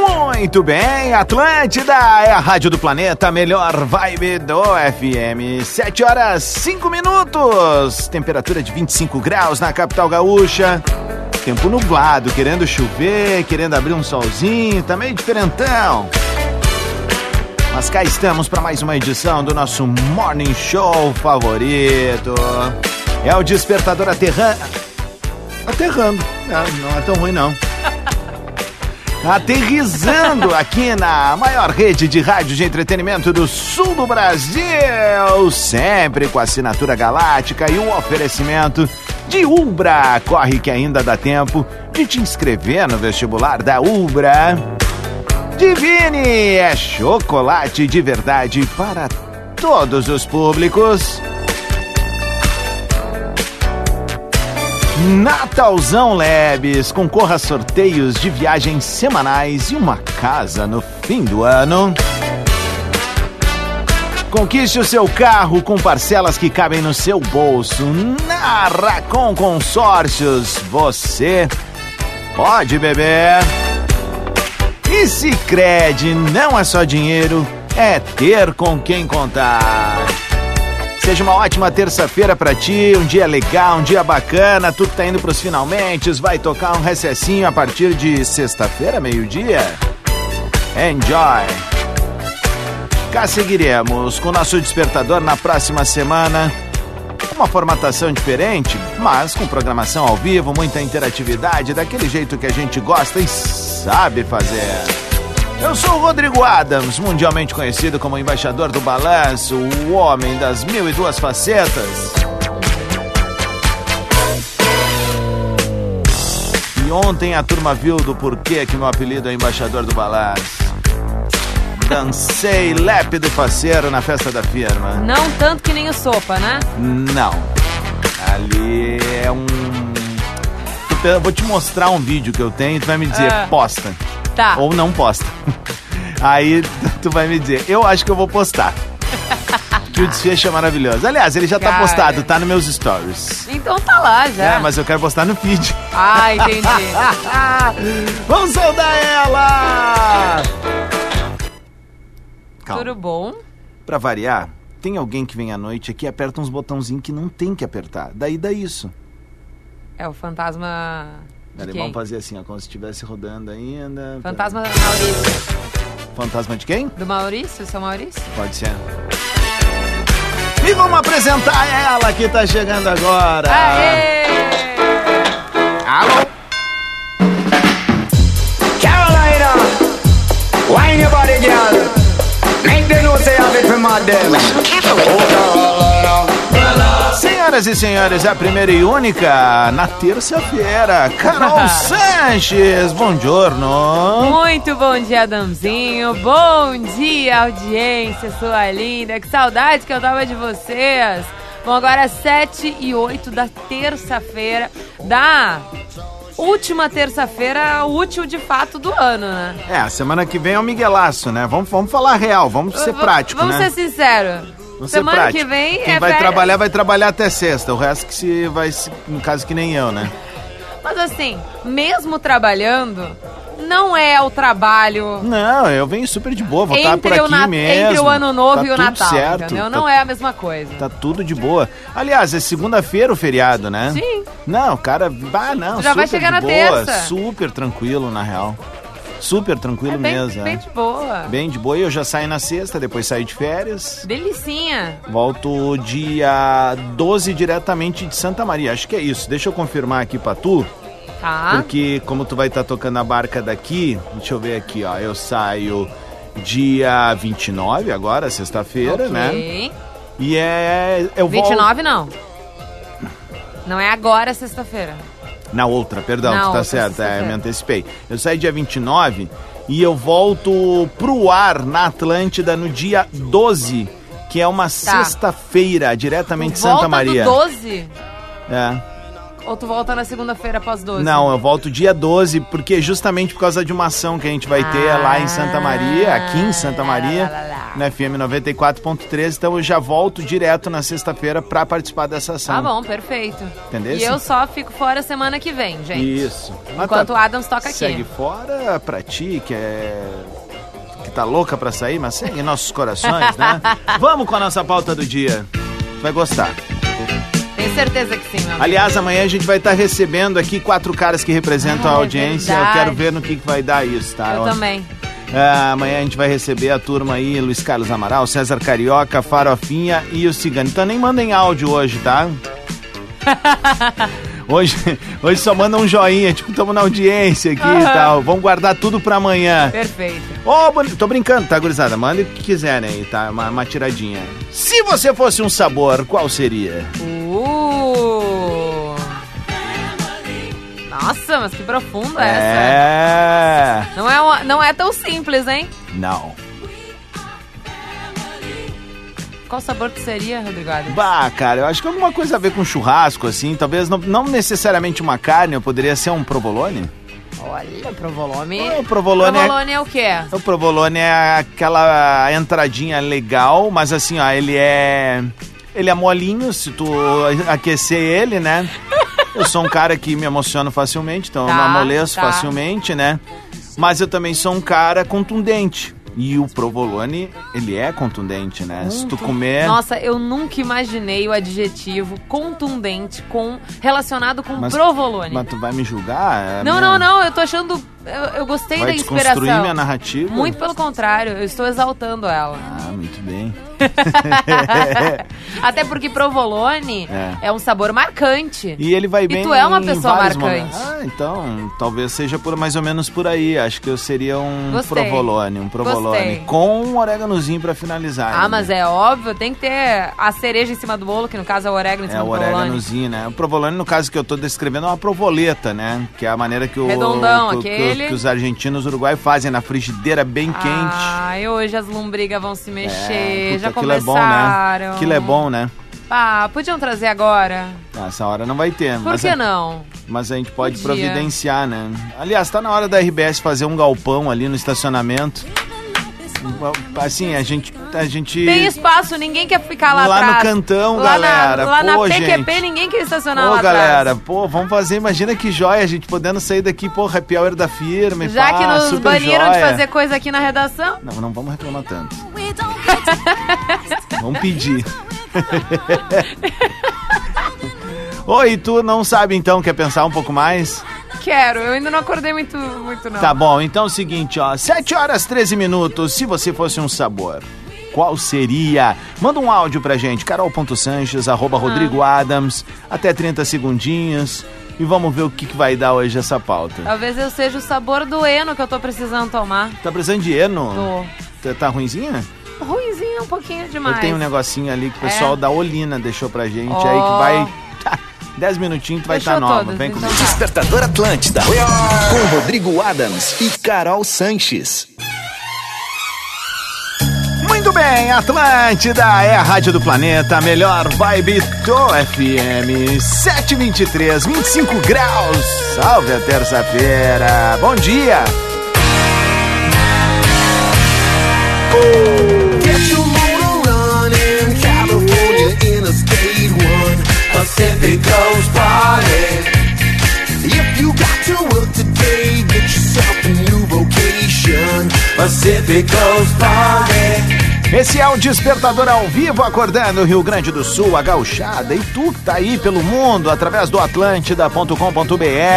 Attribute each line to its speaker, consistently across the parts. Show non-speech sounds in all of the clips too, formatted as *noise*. Speaker 1: Muito bem, Atlântida é a rádio do planeta, a melhor vibe do FM. 7 horas 5 minutos, temperatura de 25 graus na capital gaúcha. Tempo nublado, querendo chover, querendo abrir um solzinho, tá meio diferentão. Mas cá estamos para mais uma edição do nosso Morning Show favorito. É o Despertador Aterrando. Aterrando, É, não é tão ruim não aterrizando aqui na maior rede de rádio de entretenimento do sul do Brasil, sempre com a assinatura galáctica e um oferecimento de Ubra. Corre que ainda dá tempo de te inscrever no vestibular da Ubra. Divine é chocolate de verdade para todos os públicos. Natalzão Labs, concorra a sorteios de viagens semanais e uma casa no fim do ano. Conquiste o seu carro com parcelas que cabem no seu bolso. Na Racon Consórcios, você pode beber. E se crede, não é só dinheiro, é ter com quem contar. Seja uma ótima terça-feira pra ti, um dia legal, um dia bacana, tudo tá indo pros finalmente, vai tocar um recessinho a partir de sexta-feira, meio-dia. Enjoy! Cá seguiremos com o nosso despertador na próxima semana. Uma formatação diferente, mas com programação ao vivo, muita interatividade, daquele jeito que a gente gosta e sabe fazer. Eu sou o Rodrigo Adams, mundialmente conhecido como embaixador do balanço, o homem das mil e duas facetas. E ontem a turma viu do porquê que meu apelido é embaixador do balanço. Dancei lep de faceiro na festa da firma.
Speaker 2: Não tanto que nem o sopa, né?
Speaker 1: Não. Ali é um. Eu vou te mostrar um vídeo que eu tenho e tu vai me dizer,
Speaker 2: Ah.
Speaker 1: posta
Speaker 2: Tá.
Speaker 1: ou não posta. *laughs* Aí *laughs* tu vai me dizer, eu acho que eu vou postar.
Speaker 2: *laughs*
Speaker 1: que o desfecho é maravilhoso. Aliás, ele já tá
Speaker 2: Cara.
Speaker 1: postado, tá nos meus stories.
Speaker 2: Então tá lá já.
Speaker 1: É, mas eu quero postar no feed.
Speaker 2: Ah, entendi.
Speaker 3: *laughs*
Speaker 1: Vamos saudar ela!
Speaker 2: Tudo
Speaker 1: Calma.
Speaker 2: bom?
Speaker 1: *laughs* Pra variar, tem alguém que vem à noite aqui e aperta uns botãozinhos que não tem que apertar. Daí dá isso.
Speaker 2: É o fantasma.
Speaker 1: O
Speaker 2: De
Speaker 1: alemão
Speaker 2: quem?
Speaker 1: fazia assim, ó, como se estivesse rodando ainda.
Speaker 2: Fantasma do Maurício.
Speaker 1: Fantasma de quem?
Speaker 2: Do Maurício? Seu Maurício?
Speaker 1: Pode ser. E vamos apresentar ela que tá chegando agora.
Speaker 2: Aê!
Speaker 1: Alô?
Speaker 3: Carolina, wind your body, girl. Make the news say have it for madam. Oh, Carolina.
Speaker 1: Senhoras e senhores, é a primeira e única, na terça-feira,
Speaker 2: *laughs*
Speaker 1: Carol Sanches. Bom giorno.
Speaker 2: Muito bom dia, Adamzinho. Bom dia, audiência sua linda. Que saudade que eu tava de vocês. Bom, agora é 7 e 8 da terça-feira. Da última terça-feira útil de fato do ano, né?
Speaker 1: É, a semana que vem é o Miguelaço, né? Vamos, vamos falar real, vamos ser
Speaker 2: V-
Speaker 1: prático,
Speaker 2: vamos
Speaker 1: né?
Speaker 2: ser sinceros.
Speaker 1: Vamos ser
Speaker 2: Semana
Speaker 1: prático.
Speaker 2: que vem
Speaker 1: Quem
Speaker 2: é
Speaker 1: vai
Speaker 2: férias.
Speaker 1: trabalhar, vai trabalhar até sexta. O resto que se vai, se- no caso que nem eu, né?
Speaker 2: Mas assim, mesmo trabalhando, não é o trabalho
Speaker 1: Não, eu venho super de boa, vou estar por
Speaker 2: entre
Speaker 1: aqui
Speaker 2: o, Nat-
Speaker 1: mesmo.
Speaker 2: entre o ano novo
Speaker 1: Tá
Speaker 2: e o
Speaker 1: tudo
Speaker 2: Natal,
Speaker 1: certo,
Speaker 2: entendeu?
Speaker 1: tá
Speaker 2: Não é a mesma coisa.
Speaker 1: Tá tudo de boa. Aliás, é segunda-feira o feriado, né?
Speaker 2: Sim.
Speaker 1: Não, cara, ah, não,
Speaker 2: Já vai
Speaker 1: super
Speaker 2: chegar
Speaker 1: de
Speaker 2: na
Speaker 1: boa,
Speaker 2: terça.
Speaker 1: super tranquilo, na real. Super tranquilo
Speaker 2: É bem,
Speaker 1: mesmo. é.
Speaker 2: bem de boa.
Speaker 1: Bem de boa, eu já saio na sexta, depois saio de férias.
Speaker 2: Delicinha.
Speaker 1: Volto dia 12 diretamente de Santa Maria. Acho que é isso. Deixa eu confirmar aqui pra tu,
Speaker 2: Tá.
Speaker 1: porque como tu vai estar tocando a barca daqui, deixa eu ver aqui, ó. Eu saio dia 29 agora, sexta-feira, né?
Speaker 2: Ok.
Speaker 1: E é eu volto
Speaker 2: 29 não. Não é agora, sexta-feira.
Speaker 1: na outra, perdão,
Speaker 2: Na
Speaker 1: tu tá
Speaker 2: outra,
Speaker 1: certo, é,
Speaker 2: sexta-feira.
Speaker 1: me antecipei. Eu saio dia 29 e eu volto pro ar na Atlântida no dia 12, que é uma sexta-feira, diretamente de Santa
Speaker 2: Tá. volta
Speaker 1: Maria.
Speaker 2: do 12?
Speaker 1: É.
Speaker 2: Ou tu volta na segunda-feira após 12?
Speaker 1: Não, eu volto dia 12, porque justamente por causa de uma ação que a gente vai ter
Speaker 2: Ah,
Speaker 1: lá em Santa Maria, aqui em Santa
Speaker 2: lá,
Speaker 1: Maria,
Speaker 2: Ah, lá, lá, lá.
Speaker 1: na FM 94.3, então eu já volto direto na sexta-feira pra participar dessa ação.
Speaker 2: Tá bom, perfeito.
Speaker 1: Entendeu?
Speaker 2: E eu só fico fora semana que vem, gente.
Speaker 1: Isso. Mas
Speaker 2: Enquanto o
Speaker 1: tá-
Speaker 2: Adams toca aqui.
Speaker 1: Segue fora pra ti, que é... Que tá louca pra sair, mas segue em nossos corações,
Speaker 2: *laughs*
Speaker 1: né? Vamos com a nossa pauta do dia. Tu Vai gostar.
Speaker 2: Tenho certeza que sim, meu amigo.
Speaker 1: Aliás, amanhã a gente vai estar recebendo aqui quatro caras que representam a
Speaker 2: Ah, é
Speaker 1: audiência. eu
Speaker 2: verdade.
Speaker 1: quero ver no que, que vai dar isso, tá?
Speaker 2: Eu
Speaker 1: Onde-
Speaker 2: também.
Speaker 1: Ah, amanhã a gente vai receber a turma aí, Luiz Carlos Amaral, César Carioca, Farofinha e o Cigano. Então nem mandem áudio hoje,
Speaker 2: *laughs*
Speaker 1: tá? Hoje, hoje só manda um joinha, tipo, estamos na audiência aqui e
Speaker 2: Aham.
Speaker 1: tal. Vamos guardar tudo pra amanhã.
Speaker 2: Perfeito.
Speaker 1: Ô, boni- tô brincando, tá, gurizada? Manda o que quiserem aí, tá? Uma, uma tiradinha. Se você fosse um sabor, qual seria?
Speaker 2: Uh. Nossa, mas que profunda essa.
Speaker 1: É.
Speaker 2: Não é, uma- não é tão simples, hein?
Speaker 1: Não.
Speaker 2: Qual sabor que seria, Rodrigo? Adams?
Speaker 1: Bah, cara, eu acho que alguma coisa a ver com churrasco, assim. Talvez não, não necessariamente uma carne, eu poderia ser um provolone.
Speaker 2: Olha, provolone.
Speaker 1: É, o provolone é-
Speaker 2: Provolone é o quê?
Speaker 1: O provolone é aquela entradinha legal, mas assim, ó, ele é. Ele é molinho, se tu aquecer ele, né? Eu sou um cara que me emociono facilmente, então eu
Speaker 2: Tá,
Speaker 1: me amoleço
Speaker 2: tá.
Speaker 1: facilmente, né? Mas eu também sou um cara contundente. E o provolone, ele é contundente, né? Se tu comer.
Speaker 2: Hum, Nossa, eu nunca imaginei o adjetivo contundente com relacionado com
Speaker 1: Mas-
Speaker 2: um provolone.
Speaker 1: Mas tu vai me julgar? É
Speaker 2: não,
Speaker 1: minha-
Speaker 2: não, não, eu tô achando. Eu, eu gostei
Speaker 1: Vai
Speaker 2: da inspiração.
Speaker 1: desconstruir minha narrativa?
Speaker 2: Muito pelo contrário, eu estou exaltando ela.
Speaker 1: *laughs* Ah, muito bem.
Speaker 2: *laughs* Até porque provolone
Speaker 1: É.
Speaker 2: é, um sabor marcante.
Speaker 1: E ele vai
Speaker 2: E
Speaker 1: bem.
Speaker 2: tu é uma
Speaker 1: em
Speaker 2: pessoa
Speaker 1: vários
Speaker 2: marcante.
Speaker 1: momentos. Ah, então, talvez seja por mais ou menos por aí. Acho que eu seria um
Speaker 2: Gostei.
Speaker 1: provolone, um provolone
Speaker 2: Gostei.
Speaker 1: com um oréganozinho pra finalizar.
Speaker 2: Ah,
Speaker 1: né?
Speaker 2: mas é óbvio, tem que ter a cereja em cima do bolo, que no caso é o orégano em cima
Speaker 1: É o
Speaker 2: do provolone.
Speaker 1: oréganozinho, né? O provolone, no caso que eu tô descrevendo, é uma provoleta, né? Que é a maneira que, o,
Speaker 2: Redondão,
Speaker 1: que, o- que o-
Speaker 2: aquele.
Speaker 1: que os argentinos uruguai fazem na frigideira bem quente.
Speaker 2: Ai, hoje as lombrigas vão se mexer,
Speaker 1: É, puta,
Speaker 2: já
Speaker 1: aquilo é bom,
Speaker 2: começaram.
Speaker 1: né? Aquilo é bom, né?
Speaker 2: Ah, podiam trazer agora?
Speaker 1: Ah, Essa hora não vai ter.
Speaker 2: Por
Speaker 1: mas
Speaker 2: que
Speaker 1: é-
Speaker 2: não?
Speaker 1: Mas a gente pode
Speaker 2: Podia.
Speaker 1: providenciar, né? Aliás, tá na hora da RBS fazer um galpão ali no estacionamento. Assim, a gente. A gente
Speaker 2: Tem espaço, ninguém quer ficar lá,
Speaker 1: Lá no
Speaker 2: atrás.
Speaker 1: cantão,
Speaker 2: lá
Speaker 1: galera.
Speaker 2: Na, lá
Speaker 1: Pô,
Speaker 2: na PQP,
Speaker 1: gente.
Speaker 2: ninguém quer estacionar
Speaker 1: Pô,
Speaker 2: lá
Speaker 1: galera,
Speaker 2: atrás.
Speaker 1: pô, vamos fazer. Imagina que joia a gente podendo sair daqui, pô, happy hour da firma. e
Speaker 2: Já
Speaker 1: pá,
Speaker 2: que nos
Speaker 1: super
Speaker 2: baniram de
Speaker 1: joia.
Speaker 2: fazer coisa aqui na redação.
Speaker 1: Não, não vamos reclamar tanto. *laughs* vamos pedir. Oi, e tu não sabe então, quer pensar um pouco mais?
Speaker 2: Quero, eu ainda não acordei muito, muito não.
Speaker 1: Tá bom, então é o seguinte, ó, 7 horas 13 minutos, se você fosse um sabor, qual seria? Manda um áudio pra gente, carol.sanches, arroba Rodrigo
Speaker 2: Ah.
Speaker 1: Adams, até 30 segundinhos, e vamos ver o que, que vai dar hoje essa pauta.
Speaker 2: Talvez eu seja o sabor do eno que eu tô precisando tomar.
Speaker 1: Tá precisando de eno?
Speaker 2: Tô
Speaker 1: Tá, tá ruimzinha?
Speaker 2: ruizinho um pouquinho demais.
Speaker 1: Eu
Speaker 2: *laughs*
Speaker 1: tenho um negocinho ali que o pessoal
Speaker 2: É.
Speaker 1: da Olina deixou pra gente,
Speaker 2: Ó.
Speaker 1: aí que vai... 10 minutinhos tu vai estar
Speaker 2: Fechou
Speaker 1: tá nova,
Speaker 2: todas,
Speaker 1: vem
Speaker 2: então
Speaker 1: comigo.
Speaker 2: tá.
Speaker 4: Despertador Atlântida. Com Rodrigo Adams e Carol Sanches.
Speaker 1: Muito bem, Atlântida é a rádio do planeta, a melhor vibe do FM, 723, 25 graus. Salve a terça-feira, bom dia.
Speaker 5: If you got to work today, get yourself a new vocation. Pacific Coast Party.
Speaker 1: Esse é o Despertador ao vivo, acordando o Rio Grande do Sul, a gauchada, e tu que tá aí pelo mundo, através do atlântida.com.br.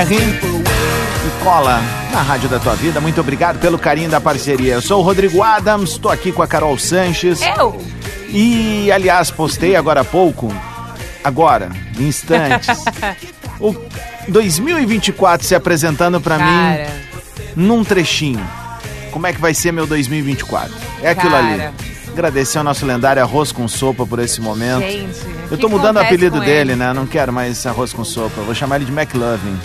Speaker 1: E cola na Rádio da Tua Vida. Muito obrigado pelo carinho da parceria. Eu sou o Rodrigo Adams, estou aqui com a Carol Sanches.
Speaker 2: Eu?
Speaker 1: E, aliás, postei agora há pouco, agora, em
Speaker 2: *laughs*
Speaker 1: instantes, o 2024 se apresentando pra mim
Speaker 2: Cara,
Speaker 1: num trechinho. Como é que vai ser meu 2024? É aquilo
Speaker 2: Cara.
Speaker 1: ali. Agradecer ao nosso lendário Arroz com Sopa por esse momento.
Speaker 2: gente. o
Speaker 1: Eu
Speaker 2: que
Speaker 1: tô mudando o
Speaker 2: acontece
Speaker 1: apelido
Speaker 2: com
Speaker 1: dele,
Speaker 2: ele?
Speaker 1: né? Não quero mais arroz com sopa. Eu Vou chamar ele de McLovin.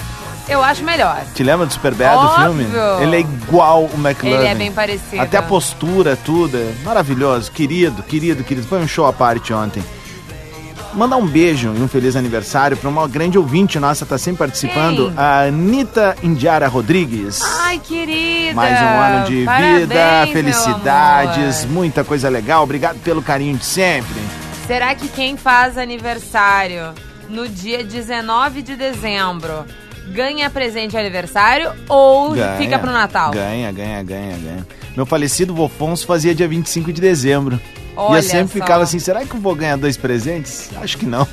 Speaker 2: Eu acho melhor.
Speaker 1: Te lembra do Superbad, do
Speaker 2: Óbvio.
Speaker 1: filme? Ele é igual o McLovin.
Speaker 2: Ele é bem parecido.
Speaker 1: Até a postura, tudo. é Maravilhoso. Querido, querido, querido. Foi um show à parte ontem. Mandar um beijo e um feliz aniversário pra uma grande ouvinte nossa, tá sempre participando,
Speaker 2: Quem?
Speaker 1: a Anitta Indiara Rodrigues.
Speaker 2: Ai, querida.
Speaker 1: Mais um ano de vida,
Speaker 2: Parabéns,
Speaker 1: felicidades,
Speaker 2: meu
Speaker 1: muita coisa legal. Obrigado pelo carinho de sempre.
Speaker 2: amor. Será que quem faz aniversário no dia 19 de dezembro ganha presente de aniversário ou fica pro Natal?
Speaker 1: Ganha, ganha, ganha, ganha. Meu falecido vô Afonso fazia dia 25 de dezembro. e
Speaker 2: Olha
Speaker 1: eu sempre
Speaker 2: só.
Speaker 1: ficava assim, será que eu vou ganhar dois presentes? Acho que não.
Speaker 2: *laughs*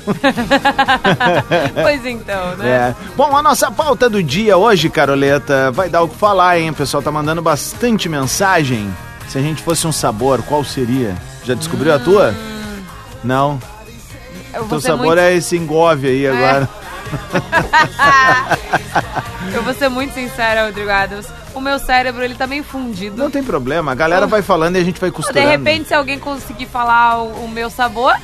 Speaker 2: pois então, né?
Speaker 1: É. Bom, a nossa pauta do dia hoje, Caroleta, vai dar o que falar, hein? O pessoal tá mandando bastante mensagem. Se a gente fosse um sabor, qual seria? Já descobriu a tua? Não.
Speaker 2: Hum. Eu
Speaker 1: Teu
Speaker 2: vou, ser
Speaker 1: sabor
Speaker 2: muito,
Speaker 1: é esse engove aí agora.
Speaker 2: eu vou ser muito sincera, Rodrigo Adams. O meu cérebro, ele tá meio fundido.
Speaker 1: Não tem problema, a galera vai falando e a gente vai
Speaker 2: De
Speaker 1: costurando.
Speaker 2: repente, se alguém conseguir falar o, o meu sabor,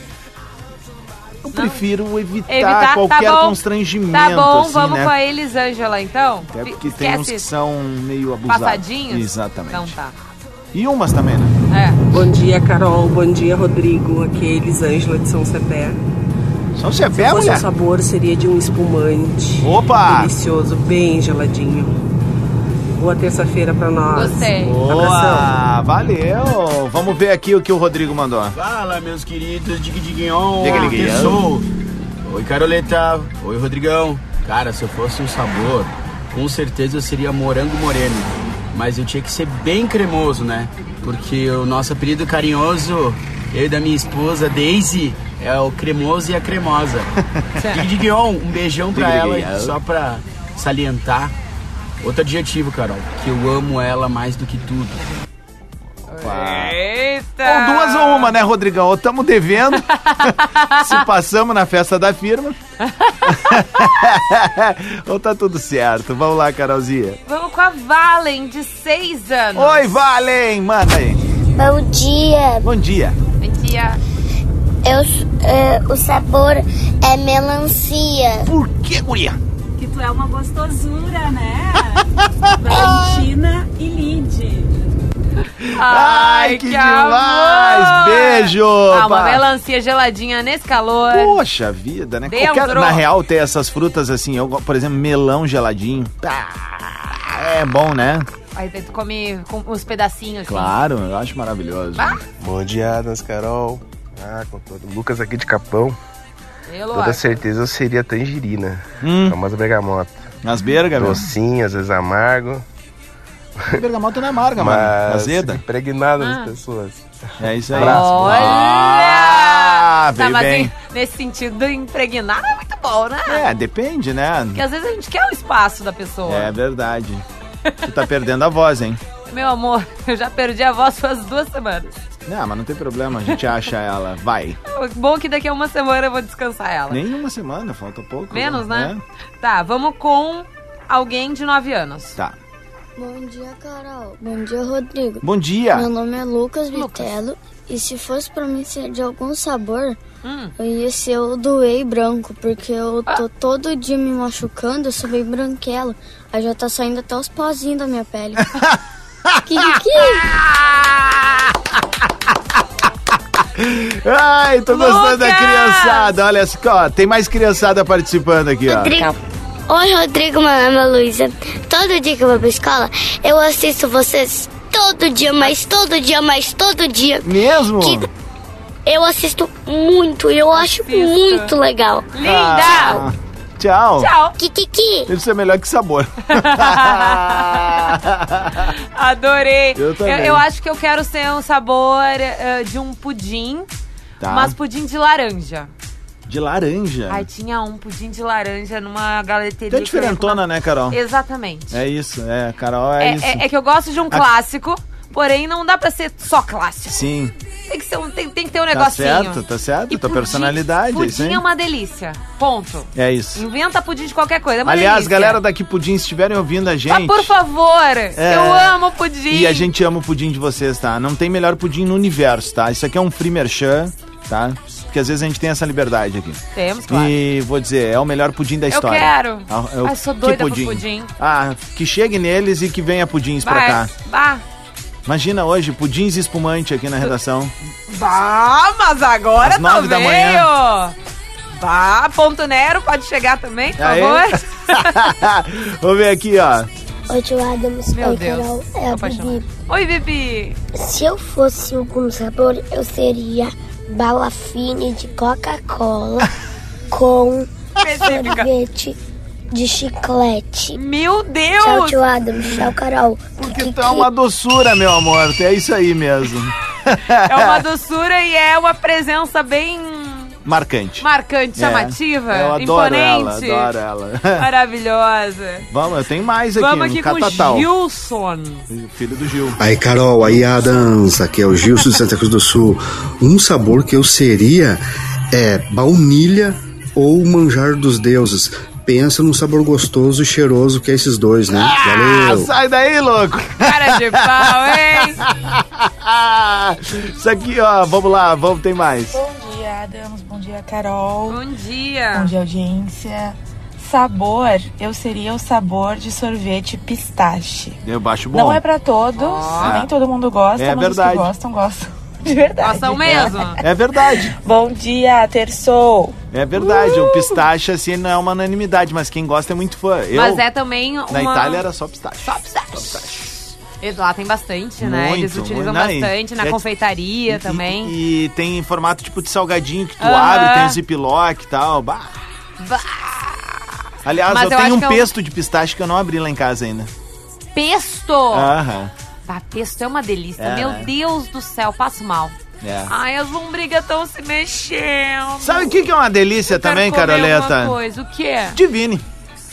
Speaker 1: Eu prefiro evitar,
Speaker 2: evitar
Speaker 1: qualquer
Speaker 2: tá bom.
Speaker 1: constrangimento.
Speaker 2: Tá bom,
Speaker 1: assim,
Speaker 2: vamos
Speaker 1: né?
Speaker 2: com a Elisângela então.
Speaker 1: Até
Speaker 2: Fi-
Speaker 1: porque tem uns
Speaker 2: Esquece
Speaker 1: que são meio abusados.
Speaker 2: passadinhos?
Speaker 1: Exatamente.
Speaker 2: Então tá.
Speaker 1: E umas também, né?
Speaker 2: É.
Speaker 6: Bom dia, Carol. Bom dia, Rodrigo. Aqui é Elisângela de São Cepé.
Speaker 1: São você
Speaker 6: Se
Speaker 1: pé,
Speaker 6: fosse o
Speaker 1: mulher?
Speaker 6: sabor, seria de um espumante.
Speaker 1: Opa!
Speaker 6: Delicioso, bem geladinho. Boa terça-feira pra nós.
Speaker 2: Gostei.
Speaker 1: Boa! Valeu! É, Vamos ver aqui o que o Rodrigo mandou.
Speaker 7: Fala, meus queridos, dig diguinhon,
Speaker 1: Diga, diguinhon.
Speaker 7: pessoal. Oi, Caroleta. Oi, Rodrigão. Cara, se eu fosse um sabor, com certeza eu seria morango moreno. Mas eu tinha que ser bem cremoso, né? Porque o nosso apelido carinhoso, eu e da minha esposa, Daisy, é o cremoso e a cremosa. dig diguinhon, um beijão pra
Speaker 1: Diga,
Speaker 7: ela,
Speaker 1: diguinhon.
Speaker 7: só pra salientar. Outro adjetivo, Carol, que eu amo ela mais do que tudo.
Speaker 2: Eita!
Speaker 1: Ou duas ou uma, né, Rodrigão? Ou tamo
Speaker 2: *laughs*
Speaker 1: devendo. se passamos na festa da firma. ou tá tudo certo. Vamos lá, Carolzinha.
Speaker 2: Vamos com a Valen, de seis anos.
Speaker 1: Oi, Valen! Manda aí.
Speaker 8: Bom dia.
Speaker 1: Bom dia.
Speaker 2: Bom dia.
Speaker 8: Eu, s- é, o sabor é melancia.
Speaker 1: Por que, guria?
Speaker 9: Que tu é uma gostosura,
Speaker 1: *laughs*
Speaker 9: né? Valentina e Lid.
Speaker 1: Ai, que demais!
Speaker 2: amor!
Speaker 1: Beijo,
Speaker 2: Ah, uma
Speaker 1: pá.
Speaker 2: melancia geladinha nesse calor.
Speaker 1: Poxa vida, né?
Speaker 2: Dentro.
Speaker 1: Qualquer- na real, ter essas frutas assim, eu, go- por exemplo, melão geladinho. Ah, é bom, né?
Speaker 2: Aí tu come com uns pedacinhos assim. Ah,
Speaker 1: Claro, eu acho maravilhoso.
Speaker 3: Bom dia, Adams Carol. Ah, com todo Lucas aqui de Capão.
Speaker 2: Eu
Speaker 3: Toda
Speaker 2: acho.
Speaker 3: certeza eu seria tangerina.
Speaker 1: Hum.
Speaker 3: Famosa bergamota.
Speaker 1: Nas bergas, meu.
Speaker 3: Docinho, às vezes amargo.
Speaker 1: Bergamota não é amarga, mano.
Speaker 3: Mas
Speaker 1: Azeda.
Speaker 3: impregnada
Speaker 2: Ah.
Speaker 3: nas pessoas.
Speaker 1: É isso aí.
Speaker 2: Olha!
Speaker 1: Ah,
Speaker 2: Tá,
Speaker 1: veio
Speaker 2: mas
Speaker 1: bem.
Speaker 2: em- nesse sentido, impregnar é muito bom, né?
Speaker 1: É, depende, né?
Speaker 2: Porque às vezes a gente quer o espaço da pessoa.
Speaker 1: É verdade. Tu tá perdendo a voz, hein?
Speaker 2: Meu amor, *laughs* eu já perdi a voz faz duas semanas.
Speaker 1: Não, mas não tem problema, a gente acha ela. Vai.
Speaker 2: O Bom que daqui a uma semana eu vou descansar ela.
Speaker 1: Nem uma semana, falta pouco.
Speaker 2: Menos, né? Tá, vamos com alguém de 9 anos.
Speaker 1: É. Tá.
Speaker 8: Bom dia, Carol. Bom dia, Rodrigo.
Speaker 1: Bom dia.
Speaker 8: Meu nome é Lucas
Speaker 2: Lucas.
Speaker 8: Vitello. E se fosse pra mim ser de algum sabor,
Speaker 2: Hum. Ah.
Speaker 8: eu ia ser o do whey branco, porque eu tô todo dia me machucando, eu sou bem branquelo. Aí já tá saindo até os pozinhos da minha pele.
Speaker 1: *laughs*
Speaker 8: que, que, é que?
Speaker 1: Ai, tô gostando da
Speaker 2: Lucas!
Speaker 1: criançada. Olha só, tem mais criançada participando aqui, ó.
Speaker 8: Rodrigo. Oi, Rodrigo. Meu nome é Luísa. Todo dia que eu vou pra escola, eu assisto vocês todo dia, mas todo dia, mas todo dia.
Speaker 1: Mesmo?
Speaker 8: Que- Eu assisto muito, eu acho
Speaker 2: Assista.
Speaker 8: muito legal.
Speaker 2: Linda!
Speaker 1: Ah, tchau.
Speaker 2: Tchau!
Speaker 8: Kikiki!
Speaker 1: Isso é melhor que sabor. *laughs*
Speaker 2: Adorei!
Speaker 1: Eu também.
Speaker 2: eu acho que eu quero ser um sabor eh, de um pudim,
Speaker 1: Tá. É.
Speaker 2: mas pudim de laranja.
Speaker 1: De laranja.
Speaker 2: Aí tinha um pudim de laranja numa galeteria.
Speaker 1: Tu é
Speaker 2: que eu ia
Speaker 1: diferentona,
Speaker 2: com-
Speaker 1: né, Carol?
Speaker 2: Exatamente.
Speaker 1: É isso, é, Carol, é,
Speaker 2: É,
Speaker 1: isso.
Speaker 2: é- é que eu gosto de um
Speaker 1: A-
Speaker 2: clássico, porém não dá pra ser só clássico.
Speaker 1: Sim.
Speaker 2: Tem que, ser um- tem- tem que ter um
Speaker 1: Tá
Speaker 2: negocinho.
Speaker 1: certo, tá certo. Tua personalidade, é isso,
Speaker 2: Pudim
Speaker 1: hein?
Speaker 2: é uma delícia. Ponto.
Speaker 1: É isso.
Speaker 2: Inventa pudim de qualquer coisa. É uma
Speaker 1: Aliás,
Speaker 2: delícia.
Speaker 1: galera daqui Pudim, se estiverem ouvindo a gente. É.
Speaker 2: Mas por favor, eu amo pudim.
Speaker 1: E a gente ama o pudim de vocês, tá? Não tem melhor pudim no universo, tá? Isso aqui é um free merchan, tá? Porque às vezes a gente tem essa liberdade aqui.
Speaker 2: Temos, claro.
Speaker 1: E vou dizer, é o melhor pudim da
Speaker 2: Eu
Speaker 1: história.
Speaker 2: quero.
Speaker 1: Ah, eu-
Speaker 2: Ai, sou
Speaker 1: que
Speaker 2: doida por pudim.
Speaker 1: Ah, que chegue neles e que venha pudins pra cá.
Speaker 2: Bah, bah,
Speaker 1: Imagina hoje, pudins e espumante aqui na redação.
Speaker 2: bah, mas agora
Speaker 1: Às nove
Speaker 2: também,
Speaker 1: da manhã.
Speaker 2: ó. Bah, ponto Nero, pode chegar também, por
Speaker 1: Aê.
Speaker 2: favor.
Speaker 1: Vamos ver aqui, ó.
Speaker 8: Oi, tio Adams.
Speaker 2: Meu
Speaker 8: Oi,
Speaker 2: Deus.
Speaker 8: Carol. É a
Speaker 2: Apaixonada.
Speaker 8: Bibi.
Speaker 2: Oi, Bibi.
Speaker 8: Se eu fosse
Speaker 10: um
Speaker 8: algum sabor, eu seria bala fine de
Speaker 2: *laughs*
Speaker 8: Coca-Cola com
Speaker 2: Específica.
Speaker 8: sorvete de chiclete.
Speaker 2: Meu Deus!
Speaker 8: Tchau, tio Adams. Tchau, Carol.
Speaker 1: *laughs* Porque
Speaker 2: Então
Speaker 1: tu é uma doçura, meu amor. É isso aí *laughs* mesmo.
Speaker 2: É uma doçura e é uma presença bem
Speaker 1: Marcante.
Speaker 2: marcante,
Speaker 1: É.
Speaker 2: chamativa,
Speaker 1: Eu adoro ela,
Speaker 2: imponente.
Speaker 1: adoro ela. *laughs*
Speaker 2: Maravilhosa.
Speaker 1: Vamos, eu tenho mais aqui.
Speaker 2: Vamos
Speaker 1: um
Speaker 2: aqui
Speaker 1: catatal.
Speaker 2: com Gilson.
Speaker 1: Filho do Gil.
Speaker 11: Aí, Carol, aí Adams, aqui é o Gilson de Santa Cruz do Sul. Um sabor que eu seria é baunilha ou manjar dos deuses. Pensa num sabor gostoso e cheiroso que é esses dois, né?
Speaker 1: Ah,
Speaker 11: Valeu!
Speaker 1: sai daí, louco!
Speaker 2: Cara de pau,
Speaker 1: hein? *laughs* Isso aqui, ó, vamos lá, vamos, tem mais.
Speaker 12: Bom dia, Adams. Bom dia, Carol.
Speaker 2: Bom
Speaker 12: *laughs*
Speaker 2: dia.
Speaker 1: É.
Speaker 12: Bom dia, audiência. Sabor, eu seria o sabor de sorvete pistache.
Speaker 1: Eu baixo bom.
Speaker 12: Não é pra todos,
Speaker 1: Ó.
Speaker 12: nem todo mundo gosta,
Speaker 1: É
Speaker 12: mas
Speaker 1: verdade.
Speaker 12: os que gostam, gostam. *laughs* De verdade.
Speaker 2: Gostam mesmo.
Speaker 1: É verdade.
Speaker 12: *laughs* Bom dia, Terçou.
Speaker 1: É verdade,
Speaker 2: Uh!
Speaker 1: o pistache, assim, não é uma unanimidade, mas quem gosta é muito fã. Eu,
Speaker 2: Mas é também uma...
Speaker 1: Na Itália era só pistache.
Speaker 2: Só pistache. E Lá tem bastante, né?
Speaker 1: Muito,
Speaker 2: Eles utilizam
Speaker 1: muito. Não, e- é
Speaker 2: bastante na
Speaker 1: e-
Speaker 2: confeitaria também.
Speaker 1: E tem em formato tipo de salgadinho que tu
Speaker 2: Aham.
Speaker 1: abre, tem o ziplock e tal. Bah.
Speaker 2: Bah.
Speaker 1: Aliás,
Speaker 2: Mas
Speaker 1: eu,
Speaker 2: eu acho
Speaker 1: tenho um
Speaker 2: que é um-
Speaker 1: pesto de pistache que eu não abri lá em casa ainda.
Speaker 2: Pesto!
Speaker 1: Aham.
Speaker 2: Ah, pesto é uma delícia.
Speaker 1: É,
Speaker 2: Meu
Speaker 1: né?
Speaker 2: Deus do céu, passo mal.
Speaker 1: É.
Speaker 2: Ai, as lombrigas estão se mexendo.
Speaker 1: Sabe o que, que é uma delícia
Speaker 2: Quero
Speaker 1: também,
Speaker 2: comer alguma
Speaker 1: Caroleta?
Speaker 2: coisa. O quê?
Speaker 1: Divine.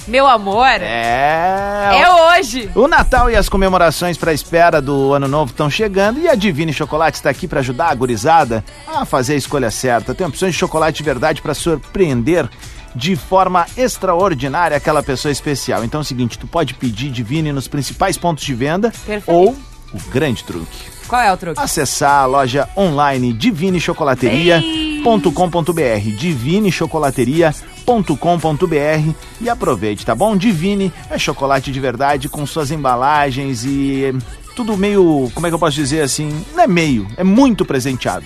Speaker 2: Meu amor,
Speaker 1: É.
Speaker 2: é hoje.
Speaker 1: O Natal e as comemorações para a espera do Ano Novo estão chegando e a Divine Chocolate está aqui para ajudar a gurizada a fazer a escolha certa. Tem opções de chocolate de verdade para surpreender de forma extraordinária aquela pessoa especial. Então é o seguinte, tu pode pedir Divine nos principais pontos de venda
Speaker 2: Perfeito.
Speaker 1: ou o grande truque.
Speaker 2: Qual é o truque?
Speaker 1: Acessar a loja online divinechocolateria.com.br divinechocolateria.com.br e aproveite, tá bom? Divine é chocolate de verdade com suas embalagens e tudo meio, como é que eu posso dizer assim? Não é meio, é muito presenteado.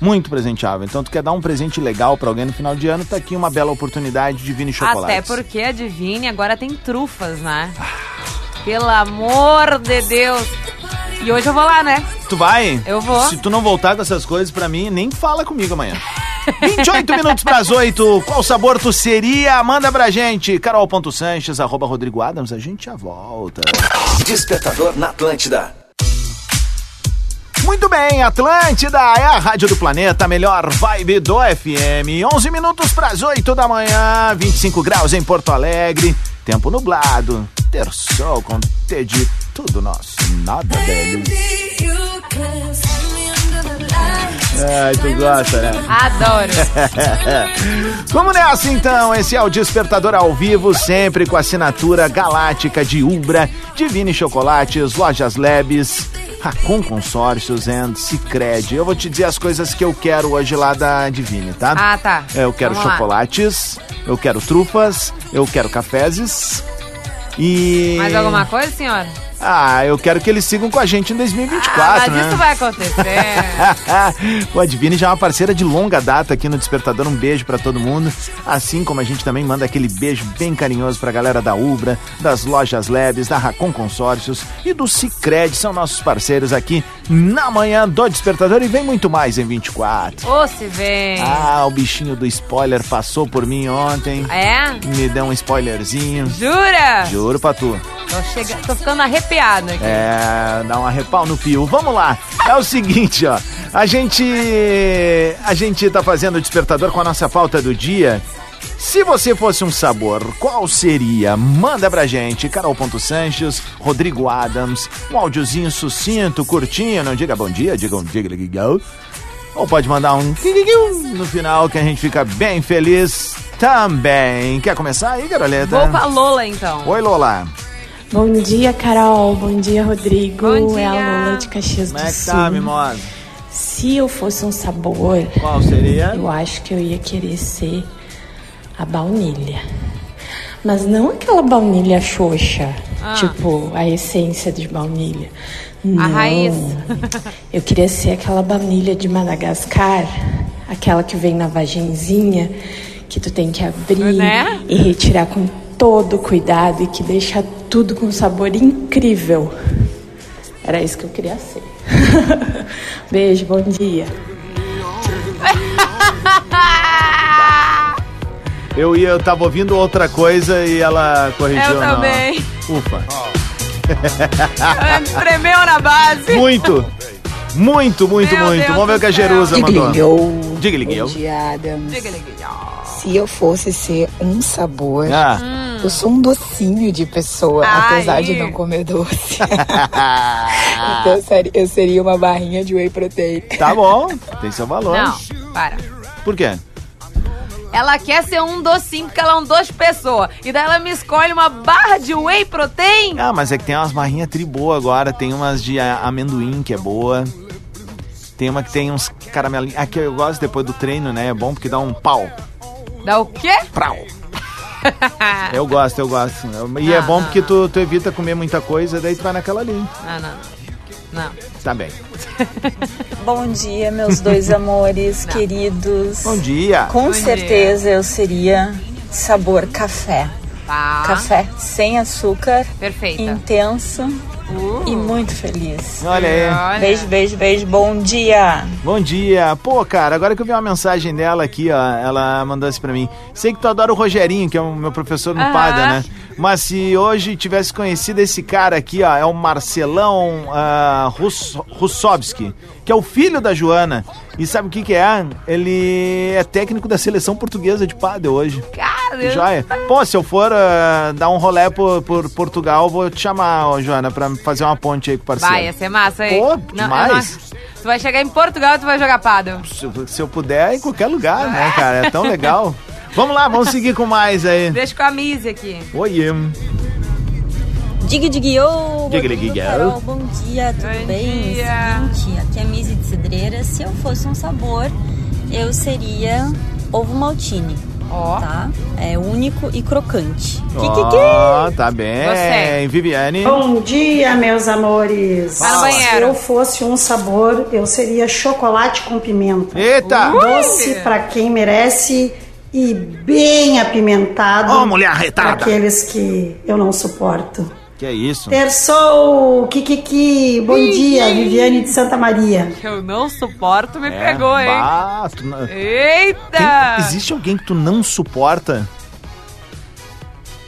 Speaker 1: Muito presenteável. Então tu quer dar um presente legal pra alguém no final de ano, tá aqui uma bela oportunidade Divine Chocolate.
Speaker 2: Até porque a Divine agora tem trufas, né? Pelo amor de Deus. E hoje eu vou lá, né?
Speaker 1: Tu vai?
Speaker 2: Eu vou.
Speaker 1: Se tu não voltar com essas coisas pra mim, nem fala comigo amanhã. *laughs* 28 minutos pras 8. Qual sabor tu seria? Manda pra gente. Carol.Sanches, arroba Rodrigo Adams. A gente já volta.
Speaker 4: Despertador na Atlântida.
Speaker 1: Muito bem, Atlântida é a rádio do planeta, a melhor vibe do FM. 11 minutos pras 8 da manhã, 25 graus em Porto Alegre. Tempo nublado, ter sol com T de tudo nosso, nada dele. Ai, tu gosta, né?
Speaker 2: Adoro.
Speaker 1: *laughs* Vamos nessa então, esse é o Despertador ao vivo, sempre com a assinatura galáctica de Ubra, Divine Chocolates, Lojas Labs, Racon Consórcios and Cicred. Eu vou te dizer as coisas que eu quero hoje lá da Divine, tá?
Speaker 2: Ah, tá.
Speaker 1: Eu quero
Speaker 2: Vamos lá.
Speaker 1: chocolates, eu quero trufas, eu quero cafezes e...
Speaker 2: Mais alguma coisa, senhora?
Speaker 1: Ah, eu quero que eles sigam com a gente em 2024,
Speaker 2: ah, mas
Speaker 1: né?
Speaker 2: isso vai
Speaker 1: *laughs*
Speaker 2: acontecer.
Speaker 1: o Advine já é uma parceira de longa data aqui no Despertador. Um beijo pra todo mundo. Assim como a gente também manda aquele beijo bem carinhoso pra galera da Ubra, das lojas Labs, da Racon Consórcios e do Cicred. São nossos parceiros aqui na manhã do Despertador e vem muito mais em 24.
Speaker 2: Ô, se vem.
Speaker 1: Ah, o bichinho do spoiler passou por mim ontem.
Speaker 2: É?
Speaker 1: Me deu um spoilerzinho.
Speaker 2: Jura?
Speaker 1: Juro pra tu.
Speaker 2: Tô, chega... Tô ficando arrepiada aqui.
Speaker 1: um É, dá uma repau no fio. Vamos lá. É o É seguinte, ó. A gente. A gente tá fazendo o despertador com a nossa pauta do dia. Se você fosse um sabor, qual seria? Manda pra gente, carol.sanches, Rodrigo Adams, um áudiozinho sucinto, curtinho, não diga bom dia, diga um diga legal. Ou pode mandar um no final que a gente fica bem feliz também. Quer começar aí, Garoleta?
Speaker 2: Vou pra Lola, então.
Speaker 1: Oi, Lola.
Speaker 13: Bom dia, Carol. Bom dia, Rodrigo.
Speaker 2: Bom
Speaker 13: É a
Speaker 2: dia.
Speaker 13: Lola de Caxias
Speaker 1: Como
Speaker 13: do
Speaker 1: é que
Speaker 13: Sul.
Speaker 1: tá, mimosa?
Speaker 13: Se eu fosse um sabor,
Speaker 1: Qual seria?
Speaker 13: eu acho que eu ia querer ser a baunilha. Mas não aquela baunilha xoxa,
Speaker 2: Ah.
Speaker 13: tipo a essência de baunilha. Não.
Speaker 2: A raiz.
Speaker 13: Eu queria ser aquela baunilha de Madagascar, aquela que vem na vagenzinha, que tu tem que abrir
Speaker 2: Né?
Speaker 13: e retirar com todo cuidado e que deixa tudo com um sabor incrível. Era isso que eu queria ser. *laughs* Beijo, bom dia.
Speaker 1: Eu ia, eu tava ouvindo outra coisa e ela corrigiu.
Speaker 2: Eu
Speaker 1: na-
Speaker 2: também.
Speaker 1: Ufa.
Speaker 2: Tremeu na base.
Speaker 1: muito. Muito, muito,
Speaker 2: Meu
Speaker 1: muito.
Speaker 2: Deus
Speaker 1: Vamos ver
Speaker 2: do
Speaker 1: o que a
Speaker 2: céu.
Speaker 1: Jerusa mandou.
Speaker 14: Digligueu.
Speaker 1: Digligueu.
Speaker 14: Bom dia, Adams. Se eu fosse ser um sabor,
Speaker 1: Ah.
Speaker 14: eu sou um docinho de pessoa,
Speaker 2: Ah,
Speaker 9: Ai.
Speaker 14: apesar
Speaker 2: é.
Speaker 14: de não comer
Speaker 1: *laughs*
Speaker 14: doce.
Speaker 1: Ah,
Speaker 14: então eu seria- eu seria uma barrinha de whey protein.
Speaker 1: Tá
Speaker 14: *laughs*
Speaker 1: bom, tem seu valor.
Speaker 2: Não, para.
Speaker 1: Por quê?
Speaker 2: Ela quer ser um docinho, porque ela é um doce pessoa. E daí ela me escolhe uma barra de whey protein.
Speaker 1: Ah, mas é que tem umas marrinhas triboa agora, tem umas de a- amendoim que é boa. Tem uma que tem uns caramelinhos. Aqui eu gosto depois do treino, né? É bom porque dá um pau.
Speaker 2: Dá o quê? *laughs*
Speaker 1: Prau. Eu gosto, eu gosto. E é
Speaker 2: Ah,
Speaker 1: bom
Speaker 2: não,
Speaker 1: porque tu, tu evita comer muita coisa, daí tu vai naquela ali.
Speaker 2: Não, não, não. Não.
Speaker 1: Tá bem.
Speaker 9: Bom dia, meus
Speaker 2: *laughs*
Speaker 9: dois amores queridos.
Speaker 1: Bom dia.
Speaker 9: Com
Speaker 1: Bom
Speaker 9: certeza eu seria sabor café.
Speaker 2: Tá.
Speaker 9: Café sem açúcar.
Speaker 2: Perfeito.
Speaker 9: Intenso
Speaker 2: Uh.
Speaker 9: e muito feliz.
Speaker 1: Olha aí. Olha.
Speaker 9: Beijo, beijo, beijo. Bom dia.
Speaker 1: Bom dia. Pô, cara, agora que eu vi uma mensagem dela aqui, ó, ela mandou isso pra mim. Sei que tu adora o Rogerinho, que é o meu professor no
Speaker 15: Aham.
Speaker 1: Pada, né? Mas se hoje tivesse conhecido esse cara aqui, ó, é o Marcelão ah, Rus Russovski, que é o filho da Joana. E sabe o que que é? Ele é técnico da seleção portuguesa de Pada hoje. Que
Speaker 2: Cara,
Speaker 1: Joia. Pô, se eu for ah, dar um rolé por, por Portugal, vou te chamar, ó, Joana, pra fazer uma ponte aí com o parceiro.
Speaker 2: Vai, é ia ser massa, hein?
Speaker 1: Pô,
Speaker 2: eu
Speaker 1: demais.
Speaker 2: não- Tu vai chegar em Portugal e tu vai jogar pado.
Speaker 1: Se eu- se eu puder, em qualquer lugar, né, cara? É tão
Speaker 2: *laughs*
Speaker 1: legal. Vamos lá, vamos seguir com mais aí.
Speaker 2: Deixa com a Mizzy aqui.
Speaker 1: Oiê.
Speaker 16: Diga, diga, eu.
Speaker 1: Diga, diga, diga, eu.
Speaker 16: Carol, bom dia, tudo bem? Seguinte, aqui é a Mizzy de Cidreira. Se eu fosse um sabor, eu seria ovo maltine. Ó. Tá? É único e crocante.
Speaker 1: Ó, tá bem.
Speaker 16: Você.
Speaker 1: Viviane.
Speaker 2: um
Speaker 17: Bom dia, meus amores.
Speaker 1: Vai no banheiro.
Speaker 17: Se eu fosse um sabor, eu seria chocolate com pimenta.
Speaker 1: Eita!
Speaker 17: Doce pra quem merece e bem apimentado.
Speaker 1: Ó, mulher arretada.
Speaker 17: Pra aqueles que eu não suporto.
Speaker 1: Que é isso?
Speaker 17: Terçou, Kikiki. Bom
Speaker 2: Ih.
Speaker 17: dia, Viviane de Santa Maria.
Speaker 2: Eu não suporto, me
Speaker 1: É,
Speaker 2: pegou, hein?
Speaker 1: bah, tu não-
Speaker 2: Eita!
Speaker 1: Tem- Existe alguém que tu não suporta?